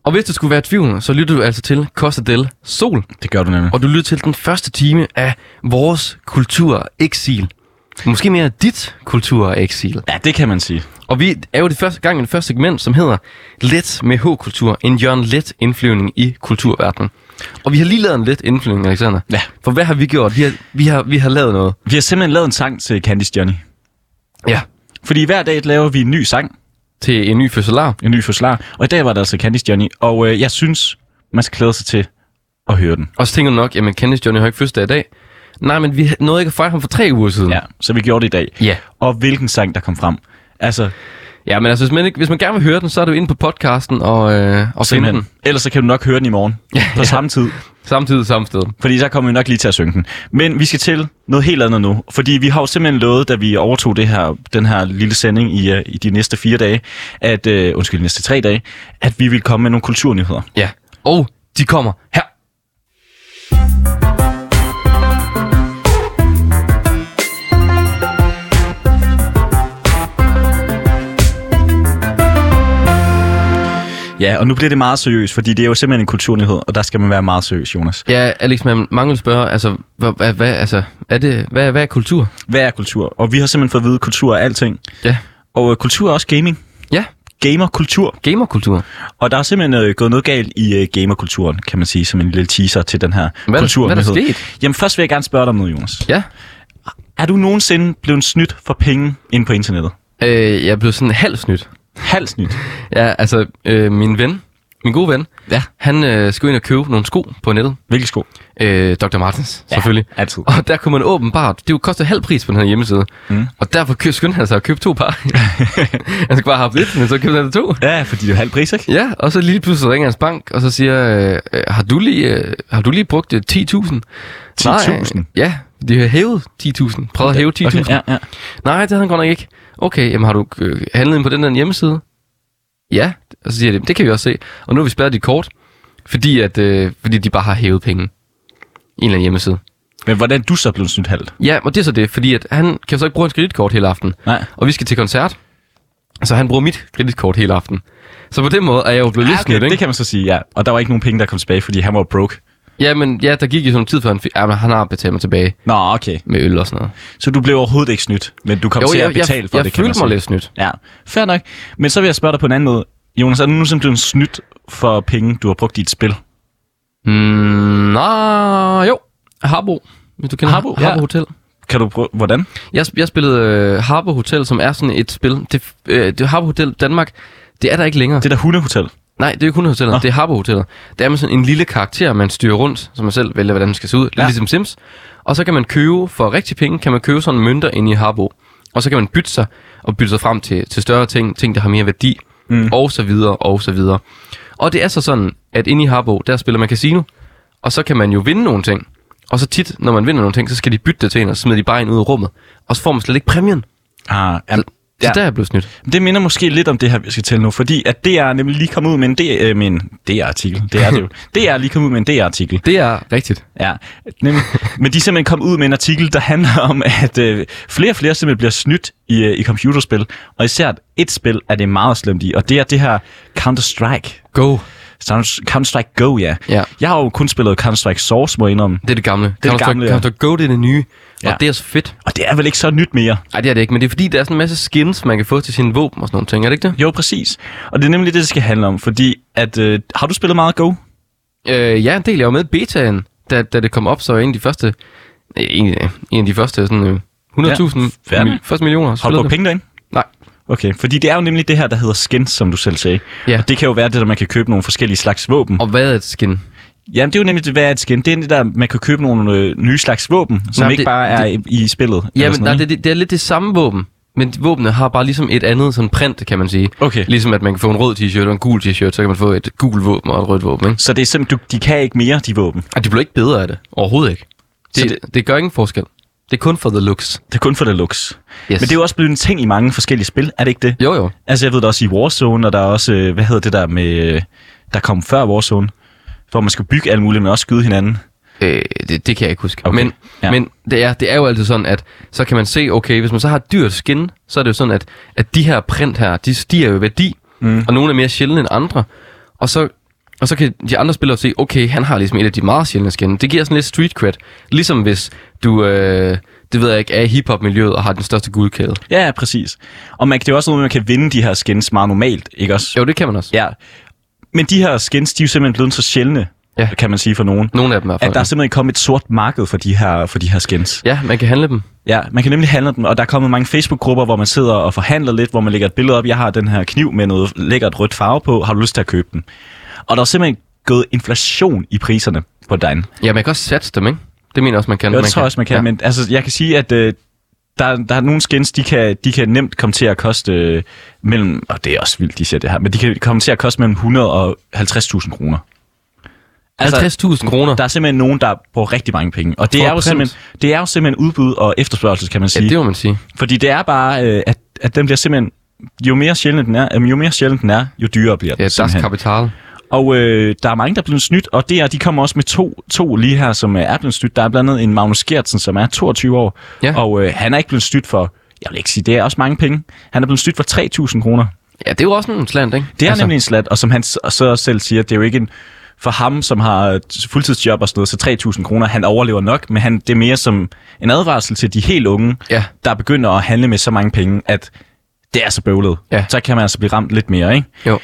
Og hvis du skulle være i tvivl, så lytter du altså til Costa del Sol. Det gør du nemlig. Og du lytter til den første time af vores kultureksil. Måske mere dit kultureksil. Ja, det kan man sige. Og vi er jo det første gang i det første segment, som hedder Let med H-kultur. En Jørgen Let indflyvning i kulturverdenen. Og vi har lige lavet en let indflyvning, Alexander. Ja. For hvad har vi gjort? Vi har, vi har, vi har lavet noget. Vi har simpelthen lavet en sang til Candice Johnny. Ja. Fordi hver dag laver vi en ny sang, Til en ny fødselar. en ny forslag. Og i dag var der altså Candice Johnny. Og øh, jeg synes, man skal glæde sig til at høre den. Og så tænker du nok, jamen Candice Johnny har ikke fødselsdag i dag. Nej, men vi nåede ikke at fejre ham for tre uger siden. Ja, så vi gjorde det i dag. Ja. Og hvilken sang, der kom frem. Altså, Ja, men altså, hvis man, ikke, hvis man gerne vil høre den, så er du inde på podcasten og, øh, og finde den. simpelthen. Ellers så kan du nok høre den i morgen. På samme tid. Samtidig samme sted. Fordi så kommer vi nok lige til at synge den. Men vi skal til noget helt andet nu. Fordi vi har jo simpelthen lovet, da vi overtog det her, den her lille sending i, øh, i de næste fire dage, at, øh, undskyld, de næste tre dage, at vi vil komme med nogle kulturnyheder. Ja. Og de kommer her. Ja, og nu bliver det meget seriøst, fordi det er jo simpelthen en kulturnyhed, og der skal man være meget seriøs, Jonas. Ja, Alex, man mangler spørger, altså, hvad, hvad, hvad, altså, er det, hvad, hvad er kultur? Hvad er kultur? Og vi har simpelthen fået at vide, at kultur er alting. Ja. Og øh, kultur er også gaming. Ja, Gamerkultur. gamerkultur. Og der er simpelthen øh, gået noget galt i øh, gamerkulturen, kan man sige, som en lille teaser til den her Hvad er der- kulturnyhed. hvad er der sket? Jamen først vil jeg gerne spørge dig om noget, Jonas. Ja. Er du nogensinde blevet snydt for penge inde på internettet? Øh, jeg blev sådan halvt snydt. Halvt snydt. Ja, altså, øh, min ven, min gode ven, Ja. han øh, skulle ind og købe nogle sko på nettet. Hvilke sko? Øh, Dr. Martens, selvfølgelig. altid. Og der kunne man åbenbart, det kostede halv pris på den her hjemmeside. Mm. Og derfor kø- skyndte han sig at købe to par. han skulle bare have haft et, men så købte han to. Ja, fordi det er halv pris, ikke? Ja, og så lige pludselig ringer hans bank, og så siger, øh, øh, har, du lige, øh, har du lige brugt øh, 10.000? 10.000? Nej, Ja, de har hævet 10.000. Prøvet at hæve 10.000. Okay, ja, ja. Nej, det havde han godt nok ikke. Okay, jamen har du øh, handlet ind på den der hjemmeside? Ja, og så siger de, det kan vi også se. Og nu har vi spærret dit kort, fordi, at, øh, fordi de bare har hævet penge. En eller anden hjemmeside. Men hvordan er du så blevet snydt halvt? Ja, og det er så det, fordi at han kan så ikke bruge hans kreditkort hele aften. Nej. Og vi skal til koncert, så han bruger mit kreditkort hele aften. Så på den måde er jeg jo blevet lidt snydt, ikke? Ah, det kan man så sige, ja. Og der var ikke nogen penge, der kom tilbage, fordi han var broke. Ja, men ja, der gik jo sådan en tid, før han, fik, ja, men han har betalt mig tilbage Nå, okay. med øl og sådan noget. Så du blev overhovedet ikke snydt, men du kom Jo, til jeg- at betale jeg- for jeg det, kan man følte mig sige. lidt snydt. Ja, fair nok. Men så vil jeg spørge dig på en anden måde. Jonas, er du nogensinde blevet snydt for penge, du har brugt i et spil? Mm, nå, jo. Harbo. Hvis du kender Harbo, Harbo, Harbo ja. Hotel. Kan du prøve, hvordan? Jeg, sp- jeg spillede øh, Harbo Hotel, som er sådan et spil. Det, øh, det er Harbo Hotel Danmark. Det er der ikke længere. Det Det, der hundehotel. Nej, det er jo kun hotellet. Det er Harbo Hotellet. Det er med sådan en lille karakter, man styrer rundt, så man selv vælger, hvordan den skal se ud. Lidt Ja. ja. ligesom Sims. Og så kan man købe, for rigtig penge, kan man købe sådan mønter inde i Harbo. Og så kan man bytte sig, og bytte sig frem til, til større ting, ting, der har mere værdi, mm. og så videre, og så videre. Og det er så sådan, at inde i Harbo, der spiller man casino, og så kan man jo vinde nogle ting. Og så tit, når man vinder nogle ting, så skal de bytte det til en, og så smider de bare en ud af rummet. Og så får man slet ikke præmien. Ah, jamen, Ja. Så der er jeg blevet snydt. Det minder måske lidt om det her, vi skal til nu, fordi at DR er nemlig lige kommet ud med en, D- øh, med en DR-artikel. Det er det jo. DR er lige kommet ud med en DR-artikel. Det er rigtigt. Ja, nemlig. Men de er simpelthen kommet ud med en artikel, der handler om, at øh, flere og flere simpelthen bliver snydt i, øh, i computerspil. Og især et spil er det meget slemt i, og det er det her Counter-Strike. Go. Counter- Counter-Strike Go, ja. Ja. Jeg har jo kun spillet Counter-Strike Source, må jeg indrømme. Det er det gamle. det gamle, ja. Counter Go, det er det nye. Ja. Og det er så fedt. Og det er vel ikke så nyt mere. Nej, det er det ikke, men det er fordi, der er sådan en masse skins, man kan få til sine våben og sådan nogle ting, er det ikke det? Jo, præcis. Og det er nemlig det, det skal handle om, fordi at... Øh, har du spillet meget Go? Øh, ja, en del. Jeg var med i betaen, da, da det kom op, så en af de første, øh, en, en af de første sådan, øh, 100.000, Ja, ja, fair. mi, første millioner. Har du spillede det. brugt penge derinde? Nej. Okay, fordi det er jo nemlig det her, der hedder skin, som du selv sagde. Ja. Og det kan jo være det, der man kan købe nogle forskellige slags våben. Og hvad er et skin? Jamen, det er jo nemlig, det, hvad er et skin? Det er det der, man kan købe nogle øh, nye slags våben, som Nej, ikke det- bare er i, i spillet. eller Ja, men sådan nej, noget, det, det, det er lidt det samme våben, men våbnene har bare ligesom et andet sådan print, kan man sige. Okay. Ligesom at man kan få en rød t-shirt og en gul t-shirt, så kan man få et gul våben og et rødt våben, ikke? Så det er simpelthen, du, de kan ikke mere, de våben. Og det bliver ikke bedre af det. Overhovedet ikke. Så Det, det, det gør ingen forskel. Det er kun for the looks. Det er kun for det looks. Yes. Men det er jo også blevet en ting i mange forskellige spil, er det ikke det? Jo, jo. Altså, jeg ved det også i Warzone, og der er også, øh, hvad hedder det der med, øh, der kom før Warzone, hvor man skulle bygge alt muligt, men også skyde hinanden. Øh, det, det kan jeg ikke huske. Okay, Okay. Men, ja. ja. men det, er, det er jo altid sådan, at så kan man se, okay, hvis man så har et dyrt skin, så er det jo sådan, at, at de her print her, de stiger jo i værdi, mm. og nogle er mere sjældne end andre. Og så, og så kan de andre spillere se, okay, han har ligesom et af de meget sjældne skin. Det giver sådan lidt street cred. Ligesom hvis du, øh, det ved jeg ikke, er i hiphop-miljøet og har den største guldkæde. Ja, ja, præcis. Og man, det er jo også noget, med, at man kan vinde de her skins meget normalt, ikke også? Jo, det kan man også. Ja. Men de her skins, de er jo simpelthen blevet så sjældne, ja. Ja. kan man sige for nogen. Nogle af dem i hvert At fald. der er simpelthen kommet et sort marked for de her, for de her skins. Ja, man kan handle dem. Ja, man kan nemlig handle dem, og der er kommet mange Facebook-grupper, hvor man sidder og forhandler lidt, hvor man lægger et billede op. Jeg har den her kniv med noget lækkert rødt farve på. Har du lyst til at købe den? Og der er simpelthen gået inflation i priserne på den. Ja, man kan også satse dem, ikke? Det mener jeg også, man kan. Jo, det tror jeg også, man kan. Ja. Men altså, jeg kan sige, at øh, der, der er nogle skins, de kan, de kan nemt komme til at koste øh, mellem... Og det er også vildt, de siger det her. Men de kan komme til at koste mellem 100 og 50.000 kroner. Altså, 50.000 kroner. der er simpelthen nogen, der bruger rigtig mange penge. Og det For er, jo print. simpelthen, det er jo simpelthen udbud og efterspørgsel, kan man Ja, sige. det må man sige. Fordi det er bare, øh, at, at den bliver simpelthen... Jo mere sjældent den er, øhm, jo mere sjældent den er, jo dyrere bliver den Ja, das simpelthen. Kapital. Og øh, der er mange, der er blevet snydt, og det er, de kommer også med to, to lige her, som øh, er blevet snydt. Der er blandt andet en Magnus Gertsen, som er 22 år, Ja. og øh, han er ikke blevet snydt for, jeg vil ikke sige, det er også mange penge. Han er blevet snydt for 3.000 kroner. Ja, det er jo også en slant, ikke? Det er altså. nemlig en slat, og som han s- og så også selv siger, det er jo ikke en, for ham, som har et fuldtidsjob og sådan noget, så 3.000 kroner, han overlever nok, men han, det er mere som en advarsel til de helt unge, Ja. der begynder at handle med så mange penge, at det er så bøvlet. Ja. Så kan man altså blive ramt lidt mere, ikke? Jo.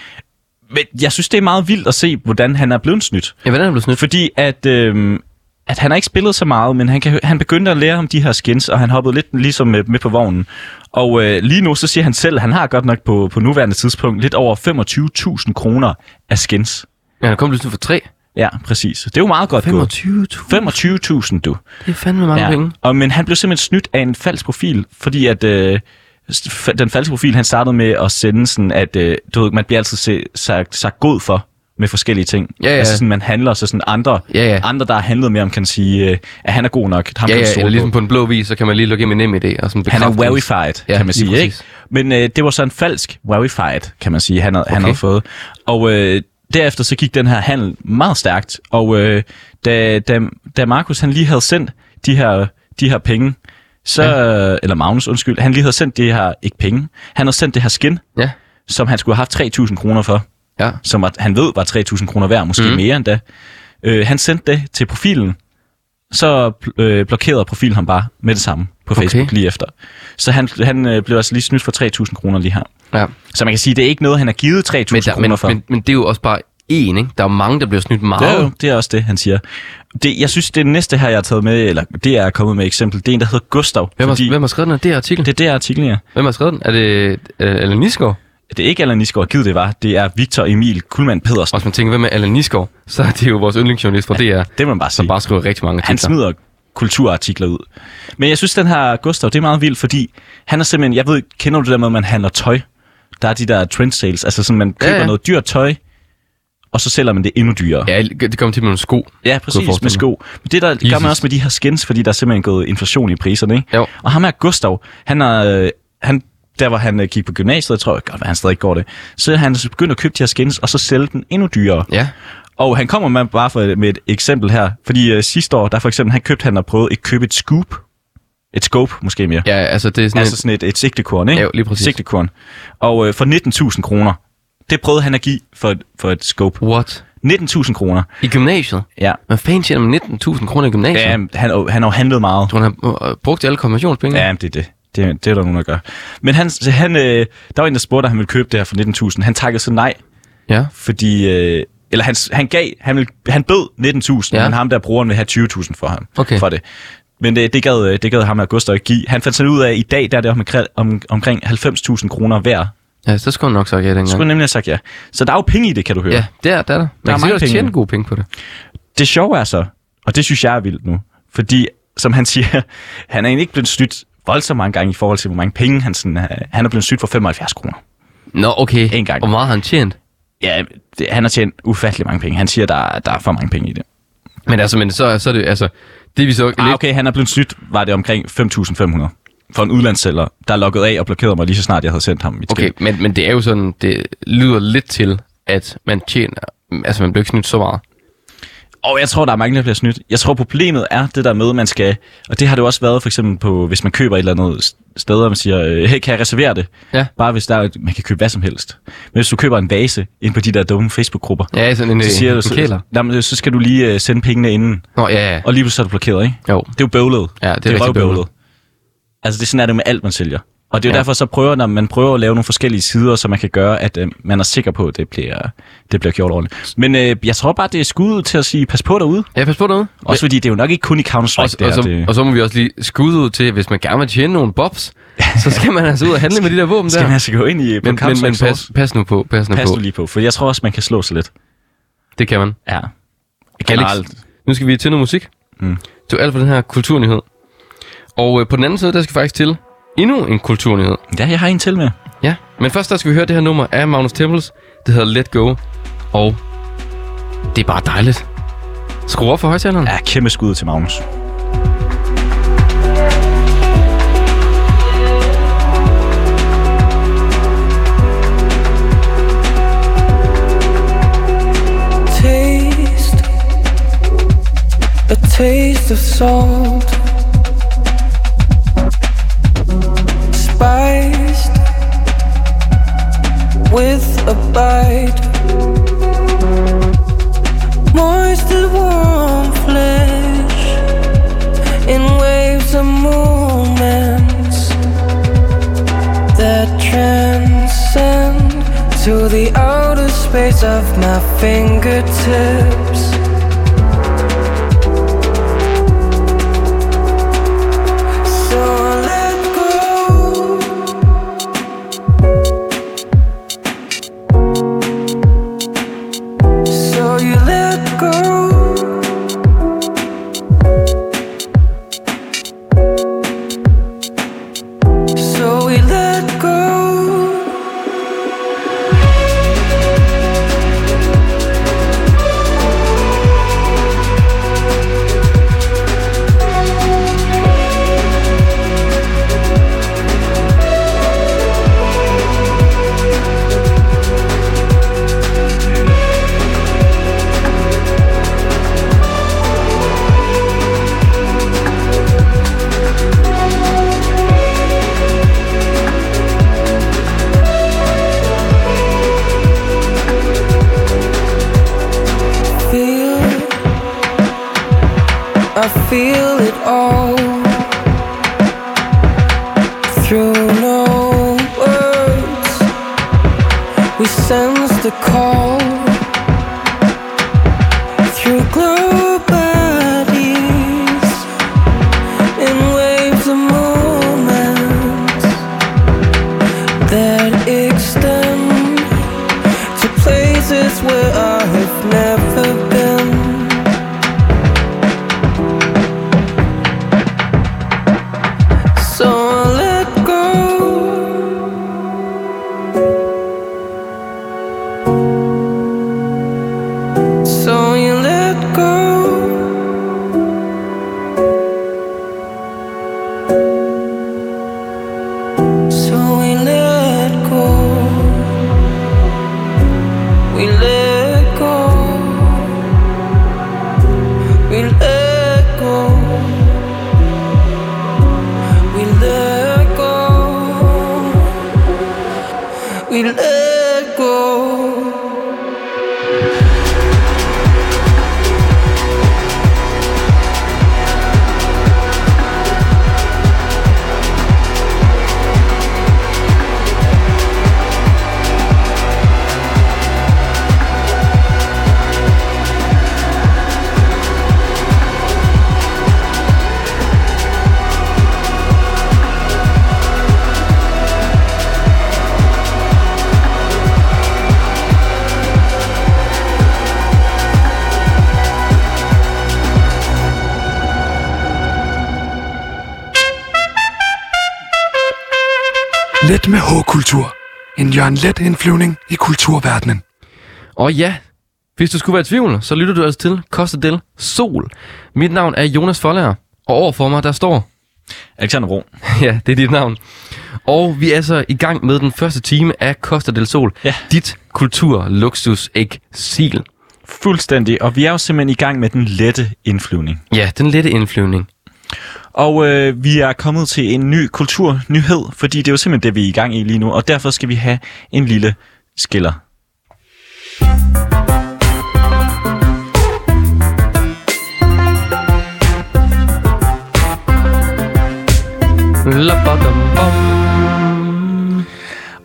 Men jeg synes, det er meget vildt at se, hvordan han er blevet snydt. Ja, hvordan er han blevet snydt? Fordi at, øh, at han har ikke spillet så meget, men han, kan, han begyndte at lære om de her skins, og han hoppede lidt ligesom med, med på vognen. Og øh, lige nu, så siger han selv, at han har godt nok på, på nuværende tidspunkt lidt over 25.000 kroner af skins. Ja, han er kommet blevet snydt for tre. Ja, præcis. Det er jo meget godt gået. 25.000. 25.000, du. Det er fandme mange ja. penge. Og, men han blev simpelthen snydt af en falsk profil, fordi at... Øh, s- fa- den falske profil, han startede med at sende sådan, at øh, du ved, man bliver altid se, sagt, sagt god for med forskellige ting. Ja, ja. Altså sådan, man handler, så sådan andre, Ja, ja. andre, der har handlet med ham, kan sige, øh, at han er god nok. Ham Ja, kan du ja, stole eller ligesom på. på en blå vis, så kan man lige lukke ind med nem idé. Og sådan Han er bekræfte- verified, ja, Ja, kan man lige sige, præcis. ikke? Men øh, det var så en falsk verified, kan man sige, han havde, okay. han Okay. havde fået. Og øh, derefter så gik den her handel meget stærkt, og øh, da, da, da Markus han lige havde sendt de her, de her penge, så, ja. eller Magnus, undskyld, han lige havde sendt det her, ikke penge, han havde sendt det her skin, Ja, som han skulle have haft 3.000 kroner for, ja. som var, han ved var 3.000 kroner værd, Mhm. måske mm. mere endda. Øh, han sendte det til profilen, så bl- øh, blokerede profilen ham bare med det samme på Okay. Facebook lige efter. Så han, han øh, blev altså lige snydt for 3.000 kroner lige her. ja. Så man kan sige, det er ikke noget, han har givet 3.000 Men, der, kroner men, for. men, men, det er jo også bare én, ikke? Der er jo mange, der bliver snydt meget. det, er jo, det er også det, han siger. Det, jeg synes, det næste her, jeg har taget med, eller det jeg er kommet med et eksempel, det er en, der hedder Gustav. Hvem, fordi har, hvem har skrevet den her? Det er artiklen. Det er det artikel her. Hvem har skrevet den? Er det øh, Allan Nisgaard? Det er ikke Allan Isgaard, givet det var. Det er Victor Emil Kuhlmann Pedersen. Og hvis man tænker, hvem er Allan Nisgaard? Så er det jo vores yndlingsjournalist fra DR, Det må man bare sige. som bare skriver rigtig mange Han artikler. smider kulturartikler ud. Men jeg synes, den her Gustav, det er meget vildt, fordi han er simpelthen, jeg ved, kender du det der med, at man handler tøj? Der er de der trend sales, altså sådan, man køber ja, ja. ja. noget dyrt tøj, og så sælger man det endnu dyrere. Ja, det kommer til med nogle sko. ja kunne jeg præcis, forestille med mig. sko. Men det der det gør man Jesus. også med de her skins, fordi der er simpelthen gået inflation i priserne, ikke? Jo. Og ham her Gustav, han er, øh, han, der hvor han øh, gik på gymnasiet, jeg tror godt, han stadig går det, så er han begyndt at købe de her skins, og så sælge den endnu dyrere. Ja. Og han kommer med bare for, med et eksempel her, fordi øh, sidste år, der for eksempel, han købte, han har prøvet at købe et scoop, et scope måske mere, Ja, altså det er sådan altså en, sådan et, et sigtekorn, ikke? Ja, jo, lige præcis. Sigtekorn. Og øh, for 19.000 kroner, det prøvede han at give for et, for et scope. what? 19.000 kroner, I gymnasiet? ja. Hvad fanden tjener man 19.000 kroner i gymnasiet? Ja, han, øh, han har jo handlet meget. Tror du, han har øh, brugt alle konventionspenge? Ja, men det er det. Det, det er der nogen, der gør. Men han, så han, øh, der var en, der spurgte, at han ville købe det her for 19.000. Han takkede så nej, ja. fordi øh, eller han, s- han gav, han, ville, han bød 19.000, Ja. ja. men ham der brugeren vil have 20.000 for ham. Okay. For det. Men det, det, gad, øh, det gad ham Augusta ikke give. Han fandt sig ud af, at i dag der er det omkring, om, omkring 90.000 kroner hver. Ja, så skulle han nok sagt ja Skulle dengang. nemlig have sagt ja. Så der er jo penge i det, kan du høre. Ja, det er der. er der. Man Der er kan mange sikkert penge. tjene gode penge på det. Det sjove er så, og det synes jeg er vildt nu, fordi, som han siger, han er egentlig ikke blevet snydt voldsomt mange gange i forhold til, hvor mange penge han sådan, øh, Han er blevet snydt for 75 kroner. Nå, okay. En gang. Hvor meget har han tjent? Ja, det, han har tjent ufattelig mange penge. Han siger, der, er- der er for mange penge i det. Men altså, men så, så er det altså... Det vi så... Ah, okay, han er blevet snydt, var det omkring 5.500 for en udlandssælger, der loggede af og blokerede mig lige så snart, jeg havde sendt ham mit okay skæld. men, men det er jo sådan, det lyder lidt til, at man tjener... Altså, man bliver ikke snydt så meget. Og jeg tror, der er mange, der bliver snydt. Jeg tror, problemet er det der med, at man skal... Og det har det jo også været for eksempel på, hvis man køber et eller andet s- sted, og man siger, øh, hey, kan jeg reservere det? Ja. Bare hvis der er, man kan købe hvad som helst. Men hvis du køber en vase ind på de der dumme Facebook-grupper, Ja, sådan en, så, siger en, du, en kæler. så, jamen, så skal du lige øh, sende pengene inden. Nå, ja, ja. Og lige pludselig er du blokeret, ikke? Jo. Det er jo bøvlet. Ja, det er rigtig bøvlet. røvbøvlet. Altså, det er sådan er det med alt, man sælger. Og det er jo ja. Ja. derfor, så prøver når man prøver at lave nogle forskellige sider, så man kan gøre, at øh, man er sikker på, at det bliver, det bliver gjort ordentligt. Men øh, jeg tror bare, det er skud til at sige, pas på derude. Ja, pas på derude. Også fordi det er jo nok ikke kun i Counter-Strike, Og, det og, her, så, det, og så må vi også lige skude ud til, hvis man gerne vil tjene nogle bobs, så skal man altså ud og handle med de der våben skal der. man altså gå ind i på men, men, men Counter-Strike pas, pas nu på, pas nu Pas på. du lige på, for jeg tror også, man kan slå sig lidt. Det kan man. Ja. Alex, nu skal vi til noget musik. Mm. Det var alt for den her kulturnyhed. Og øh, på den anden side, der skal faktisk til endnu en kulturnyhed. Ja, jeg har en til med. Ja, men først der skal vi høre det her nummer af Magnus Tempels. Det hedder Let Go. Og det er bare dejligt. Skru op for højtaleren. Ja, kæmpe skud til Magnus. taste, the taste of salt, spiced with a bite, moist and warm flesh in waves and movements that transcend to the outer space of my fingertips. So let go. So you let go. So we let go. feel I feel it all through no words we sense the call through glow bodies in waves of moments that extend to places where I have never been. So I let go. So you let go. So we let go. We let go. Let med H-kultur. En Jørgen Let indflyvning i kulturverdenen. Og ja, hvis du skulle være i tvivl, så lytter du altså til Costa del Sol. Mit navn er Jonas Folager, og overfor mig der står... Alexander Bro. ja, det er dit navn. Og vi er så i gang med den første time af Costa del Sol. Ja. Dit kultur, luksus, eksil. Fuldstændig. Og vi er jo simpelthen i gang med den lette indflyvning. Ja, den lette indflyvning. Og øh, vi er kommet til en ny kulturnyhed, fordi det er jo simpelthen det, vi er i gang i lige nu. Og derfor skal vi have en lille skiller.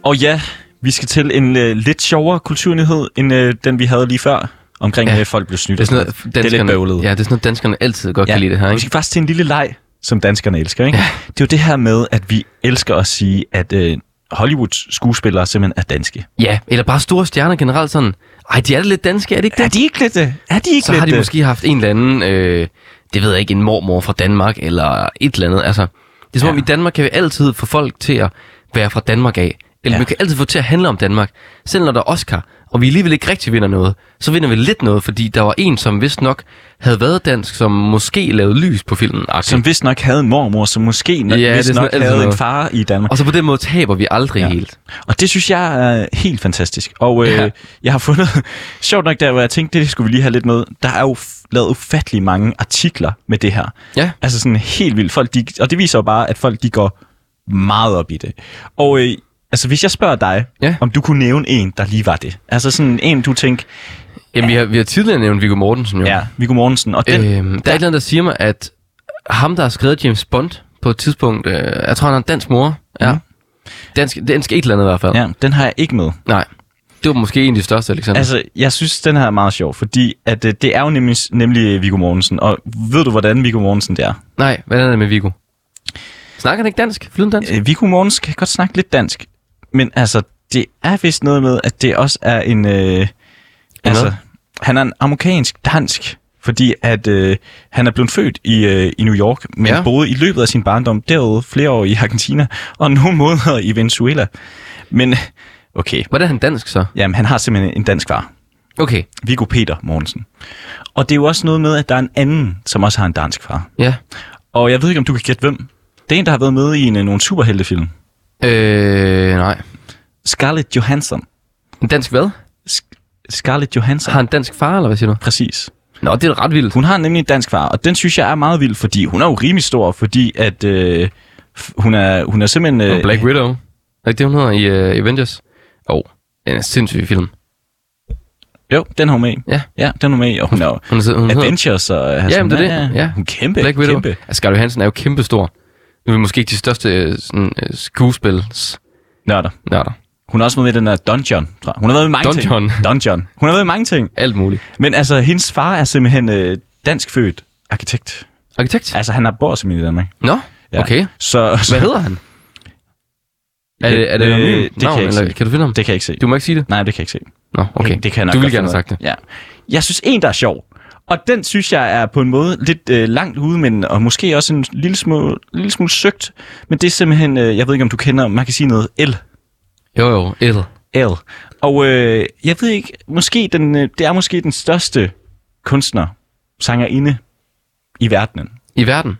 Og ja, vi skal til en øh, lidt sjovere kulturnyhed, end øh, den vi havde lige før, omkring ja. Ja. at folk blev snydt. Det er sådan noget, det er lidt danskerne, bøvlet. ja, det er sådan noget, danskerne altid godt ja. kan lide det her, Vi ikke? skal faktisk til en lille leg, som danskerne elsker. Ikke? Ja. Det er jo det her med, at vi elsker at sige, at øh, Hollywoods skuespillere simpelthen er danske. Ja, eller bare store stjerner generelt sådan. Ej, de er da lidt danske, er det ikke det? Er de ikke lidt det? Er de ikke så lidt øh, har de det? måske haft en eller anden, øh, det ved jeg ikke, en mormor fra Danmark, eller et eller andet. Altså, det er som om, Ja. i Danmark kan vi altid få folk til at være fra Danmark af. Ja. Eller ja. vi kan altid få til at handle om Danmark. Selv når der er Oscar, og vi alligevel ikke rigtig vinder noget, så vinder vi lidt noget, fordi der var en, som vist nok havde været dansk, som måske lavede lys på filmen. Som vist nok havde en mormor, som måske ja, det er vist sådan nok altid havde en noget. altså- far i Danmark. Og så på den måde taber vi aldrig Ja. ja. helt. Og det synes jeg er helt fantastisk. Og øh, ja. Ja. jeg har fundet, sjovt nok der, hvor jeg tænkte, det skulle vi lige have lidt med, der er jo f- lavet ufattelig mange artikler med det her. Ja. Altså sådan helt vildt. Folk, de, og det viser jo bare, at folk de går meget op i det. Og øh, altså, hvis jeg spørger dig, Ja. om du kunne nævne en, der lige var det. Altså sådan en, du tænkte, Jamen, vi har, vi har tidligere nævnt Viggo Mortensen jo. ja, Viggo Mortensen, og den, øh. Øhm, der er et eller andet, der siger mig, at ham, der har skrevet James Bond på et tidspunkt, øh, jeg tror, han har en dansk mor. Ja. Mhm. Mm. Dansk, dansk et eller andet i hvert fald. ja, den har jeg ikke med. Nej. Det var måske en af de største, Alexander. Altså, Altså, jeg synes, den her er meget sjov, fordi at, øh, det er jo nemlig, nemlig Viggo Mortensen. Og ved du, hvordan Viggo Mortensen det er? Nej, hvad er det med Viggo? Snakker han ikke dansk? Flydende dansk? Øh, Viggo Mortens kan godt snakke lidt dansk, men altså, det er vist noget med, at det også er en... Øh, altså, hvad? han er en amerikansk-dansk, fordi at øh, han er blevet født i, øh, i New York, men ja. Ja. boede i løbet af sin barndom derude flere år i Argentina, og nogle måneder i Venezuela. Men okay, Hvordan er han dansk så? jamen han har simpelthen en dansk far. Okay, Viggo Peter Mortensen. Og det er jo også noget med, at der er en anden, som også har en dansk far. ja. Og jeg ved ikke, om du kan gætte hvem. Det er en, der har været med i en, øh, nogle superheltefilm. Øh, nej. Scarlett Johansson. En dansk hvad? Sk- Scarlett Johansson. Har han dansk far, eller hvad siger du? Præcis. Nå, det er ret vildt. Hun har nemlig en dansk far, og den synes jeg er meget vild, fordi hun er jo rimelig stor, fordi at øh, f- hun, er, hun er simpelthen... Øh, Black Widow. Er det ikke det, hun hedder i uh, Avengers? Åh, oh, det er en sindssyg film. Jo, den har hun med i. Ja. ja den har hun med i, og hun er jo Hun, er, hun hedder Avengers og... Altså, jamen, det er det, ja. Hun er kæmpe, Black Widow. kæmpe. Altså, Scarlett Johansson er jo kæmpestor. Nu er vi måske ikke de største øh, sådan, øh, skuespils... Nørder. Nørder. Hun er også med i den der Dungeon, tror jeg. Hun har været med i mange Dungeon. ting. Dungeon. Hun har været med i mange ting. Alt muligt. Men altså, hendes far er simpelthen øh, danskfødt arkitekt. Arkitekt? Altså, han har bor simpelthen i Danmark. Nå, okay. Så, så Hvad hedder han? Er det, er det, Øh, øh, det det kan jeg ikke navn, kan eller se. kan du finde ham? Det kan jeg ikke se. Du må ikke sige det? Nej, det kan jeg ikke se. Nå, okay. Det kan jeg nok du godt ville gerne have finde sagt det. ud af. Ja. Jeg synes en, der er sjov. Og den synes jeg er på en måde lidt øh, langt ude, men, og måske også en lille smule, lille smule søgt. Men det er simpelthen, øh, jeg ved ikke om du kender magasinet L. Jo, jo, et. L. Og øh, jeg ved ikke, måske den, øh, det er måske den største kunstner, sangerinde i verdenen. I verden?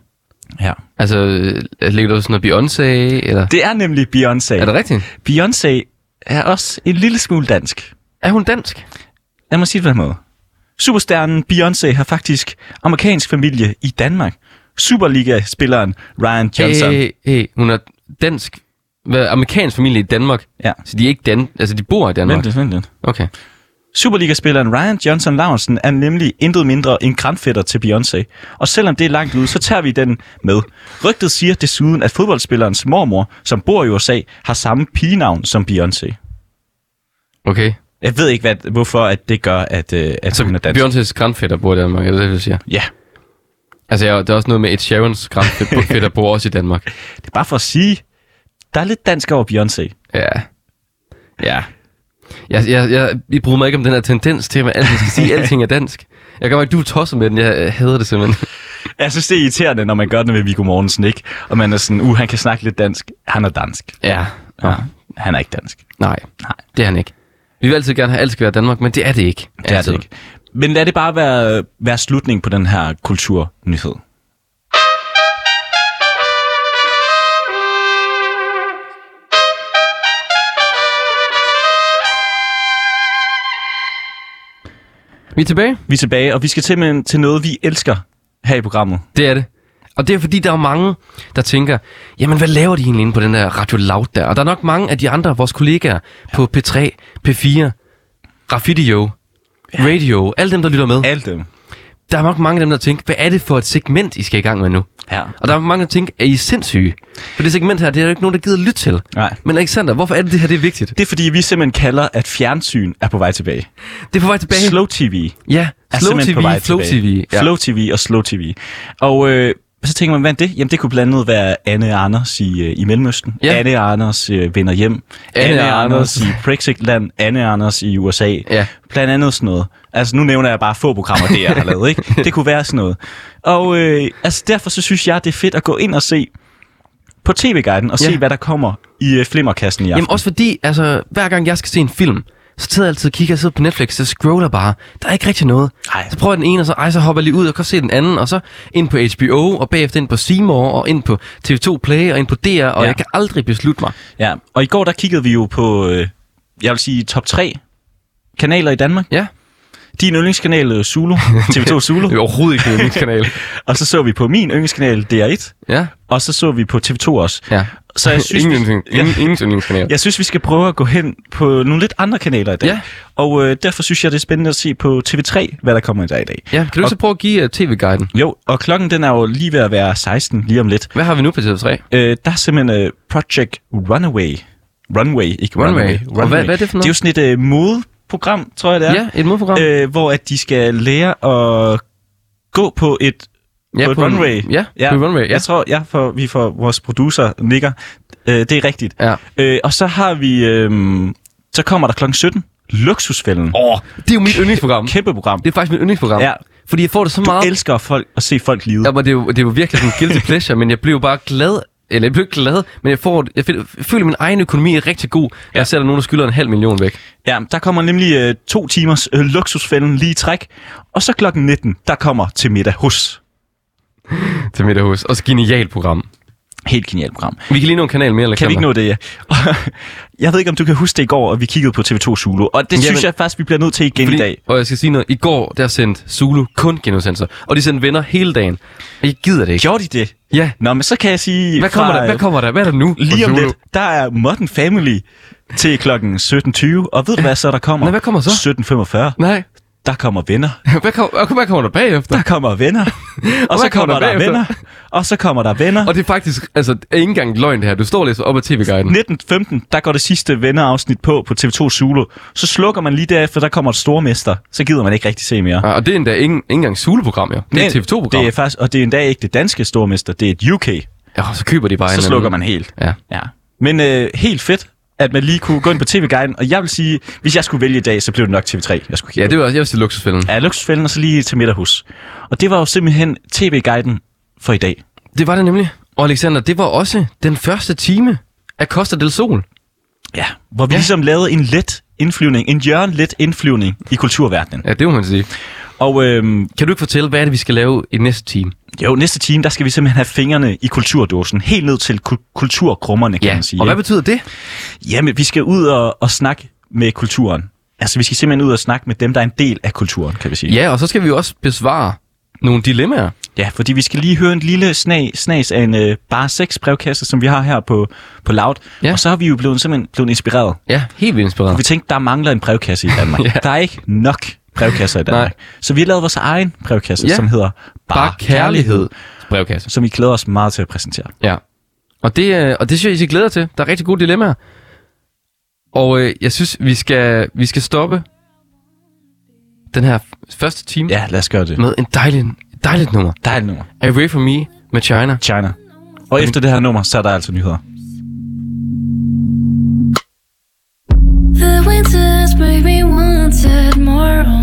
Ja. Altså, øh, ligger der sådan noget Beyoncé, eller... Det er nemlig Beyoncé. Er det rigtigt? Beyoncé er også en lille smule dansk. Er hun dansk? Lad mig sige det på den måde. Superstjernen Beyoncé har faktisk amerikansk familie i Danmark. Superliga-spilleren Ryan Johnson. Hey, hey, hun er dansk. Hvad, amerikansk familie i Danmark? Ja. Så de er ikke dan... Altså, de bor i Danmark? Vent lidt, vent lidt. Okay. Superliga-spilleren Ryan Johnson Larsen er nemlig intet mindre end grandfætter til Beyoncé. Og selvom det er langt ude, så tager vi den med. Rygtet siger desuden, at fodboldspillerens mormor, som bor i USA, har samme pigenavn som Beyoncé. Okay. Jeg ved ikke, hvad, hvorfor at det gør, at, øh, at Så hun er dansk. Beyoncé's grandfætter bor i Danmark, er det det, du siger? Ja, Altså, jeg, der er også noget med Ed Sheerans grandfætter bor også i Danmark. det er bare for at sige, der er lidt dansk over Beyoncé. Ja. Ja. Jeg, jeg, jeg, jeg bruger mig ikke om den her tendens til, at man altid skal sige, at alting er dansk. Jeg kan godt du er tosset med den, jeg øh, hader det simpelthen. Jeg synes, det er irriterende, når man gør det med Viggo Mortensen, ikke? Og man er sådan, uh, han kan snakke lidt dansk. Han er dansk. Ja, Ja. Han er ikke dansk. Nej, Nej. det er han ikke. Vi vil altid gerne have, at alt skal være Danmark, men det er det ikke. Altså, Det er Altid. det ikke. Men lad det bare være, være slutning på den her kulturnyhed. Vi er tilbage. Vi er tilbage, og vi skal til, med, til noget, vi elsker her i programmet. Det er det. Og det er fordi, der er mange, der tænker, jamen hvad laver de egentlig inde på den der Radio Loud der? Og der er nok mange af de andre, vores kollegaer på P3, P4, Raffidio, Radio, alle dem, der lytter med. Alt dem. Der er nok mange af dem, der tænker, hvad er det for et segment, I skal i gang med nu? Ja. Og der er mange, der tænker, er I sindssyge? For det segment her, det er der jo ikke nogen, der gider lytte til. Nej. Men Alexander, hvorfor er det, det her det er vigtigt? Det er fordi, vi simpelthen kalder, at fjernsyn er på vej tilbage. Det er på vej tilbage. Slow TV ja, er Slow simpelthen TV, på vej Flow TV. tilbage. Ja. Flow TV og Slow TV. Og øh, så tænker man, hvad er det? Jamen, det kunne blandt andet være Anne og Anders i, øh, i Mellemøsten. Ja. Ja. Anne og Anders øh, vender hjem. Anne Anne, og og Anders Anders. i Brexit-land. Anne og Anders i USA. Ja. Blandt andet sådan noget. Altså, nu nævner jeg bare få programmer, det jeg har lavet, ikke? Det kunne være sådan noget. Og øh, altså, derfor så synes jeg, det er fedt at gå ind og se på TV-guiden og ja. Ja. se, hvad der kommer i øh, flimmerkassen i aften. Jamen også fordi, altså, hver gang jeg skal se en film, så sidder jeg altid og kigger, jeg sidder på Netflix, så scroller bare. Der er ikke rigtig noget. Ej. Så prøver jeg den ene, og så, ej, så hopper jeg lige ud og kan se den anden, og så ind på HBO, og bagefter ind på Seymour, og ind på TV2 Play, og ind på DR, og ja. Ja. jeg kan aldrig beslutte mig. Ja, og i går der kiggede vi jo på, øh, jeg vil sige, top 3 kanaler i Danmark. Ja, Din yndlingskanal øh, Zulu, TV2 det er Zulu, overhovedet ikke min kanal. og så så vi på min yndlingskanal DR1, Ja, og så så vi på TV2 også. ja. Så jeg synes, vi, ingen, ingen yndlingskanal. jeg synes, vi skal prøve at gå hen på nogle lidt andre kanaler i dag. Ja. Og, Og øh, derfor synes jeg, det er spændende at se på TV3, hvad der kommer i dag i dag. Ja, kan du og, så prøve at give uh, tv-guiden? Jo, og klokken den er jo lige ved at være 16 lige om lidt. Hvad har vi nu på TV3? Øh, der er simpelthen øh, Project Runaway. Runway, ikke Runway. Runway. Og hvad- hvad er det for noget? Det er jo sådan et øh, modeprogram, tror jeg det er. Ja, et modprogram. øh, hvor at de skal lære at gå på et, Ja, på et på en- runway. ja, på et runway, ja. Jeg tror, jeg får, vi får vores producer nikker. Øh, det er rigtigt. Ja. Øh, og så har vi, øh, så kommer der klokken 17, Luksusfælden. Åh, det er jo mit yndlingsprogram. Kæmpe program. Det er faktisk mit yndlingsprogram. Ja. Fordi jeg får det så Du meget... elsker folk, at se folk lide. Ja, men det er jo, det er jo virkelig sådan en guilty pleasure, men jeg blev bare glad, eller jeg blev ikke glad, men jeg, får, jeg, føler, jeg føler, at min egen økonomi er rigtig god, ja. jeg sætter nogen, der skylder en halv million væk. Ja, der kommer nemlig øh, to timers øh, luksusfælden lige i træk. Og så klokken 19, der kommer til middag hos. Til middagshus. Og så genialt program. Helt genialt program. Vi kan lige nå en kanal mere, eller Kan vi ikke nå det? Ja. jeg ved ikke, om du kan huske det i går, at vi kiggede på TV2 Zulu. Og det Jamen, Jamen- synes jeg faktisk, vi bliver nødt til igen i dag. Fordi, og jeg skal sige noget, i går der sendte Zulu kun genudsendelser, og de sendte venner hele dagen. Og jeg gider det ikke. Gjorde de det? Ja. Nå, men så kan jeg sige... Hvad kommer, der? Hvad kommer der? Hvad er der nu? på Lige om Zulu? lidt, der er Modern Family til klokken 17.20. Og ved du, hvad så der kommer? Nej, hvad kommer så? 17.45. Nej. Der kommer venner. Hvad kommer, hvad kommer der bagefter? Der kommer venner. og hvad så kommer kommer der der bagefter? venner. Og så kommer der venner. Og det er faktisk, altså, det er ikke engang løgn det her. Du står og læser op af tv-guiden. 19.15, der går det sidste vennerafsnit på på TV2 Zulu. Så slukker man lige derefter, der kommer et stormester. Så gider man ikke rigtig se mere. Ja, og det er endda ikke, ikke engang Zulu-program, jo. Det er et TV2-program. Det er faktisk, og det er endda ikke det danske stormester, det er et UK. Ja, så køber de bare en Så eller slukker anden- man helt. Ja. Ja. Men øh, helt fedt, at man lige kunne gå ind på TV-guiden. Og jeg vil sige, hvis jeg skulle vælge i dag, så blev det nok TV3, jeg skulle kigge Ja, på. det var også, jeg vil sige luksusfælden. Ja, luksusfælden og så lige til middagshus. Og det var jo simpelthen TV-guiden for i dag. Det var det nemlig. Og Alexander, det var også den første time af Costa del Sol. Ja. Hvor vi ja. ligesom lavede en let indflyvning, en Jørgen let indflyvning i kulturverdenen. Ja, det må man sige. Og øhm, Kan du ikke fortælle, hvad er det, vi skal lave i næste time? jo, næste time, der skal vi simpelthen have fingrene i kulturdåsen. Helt ned til ku- kulturkrummerne, kan man sige. og hvad ikke? betyder det? Jamen, vi skal ud og, og snakke med kulturen. Altså, vi skal simpelthen ud og snakke med dem, der er en del af kulturen, kan vi sige. Ja, og så skal vi jo også besvare nogle dilemmaer. Ja, fordi vi skal lige høre en lille snag, snas af en øh, bare seks brevkasse, som vi har her på, på Loud. Ja. Ja. Og så har vi jo blevet, simpelthen blevet inspireret. Ja, helt vildt Og inspireret. vi tænkte, der mangler en brevkasse i Danmark. ja. Der er ikke nok brevkasser i Danmark. Nej. Nej. Så vi har lavet vores egen brevkasse, Ja. ja. som hedder Bare, Bare kærlighed. Brevkasse. Som vi glæder os meget til at præsentere. Ja. Og det, øh, og det synes jeg, I skal glæde jer til. Der er rigtig gode dilemmaer. Og øh, jeg synes, vi skal, vi skal stoppe den her f- første time Ja, lad os gøre det. med en dejlig, dejligt nummer. Dejligt nummer. Away From Me med China. China. Og efter det her nummer, så er der altså nyheder. The winters make me wanted more. Oh,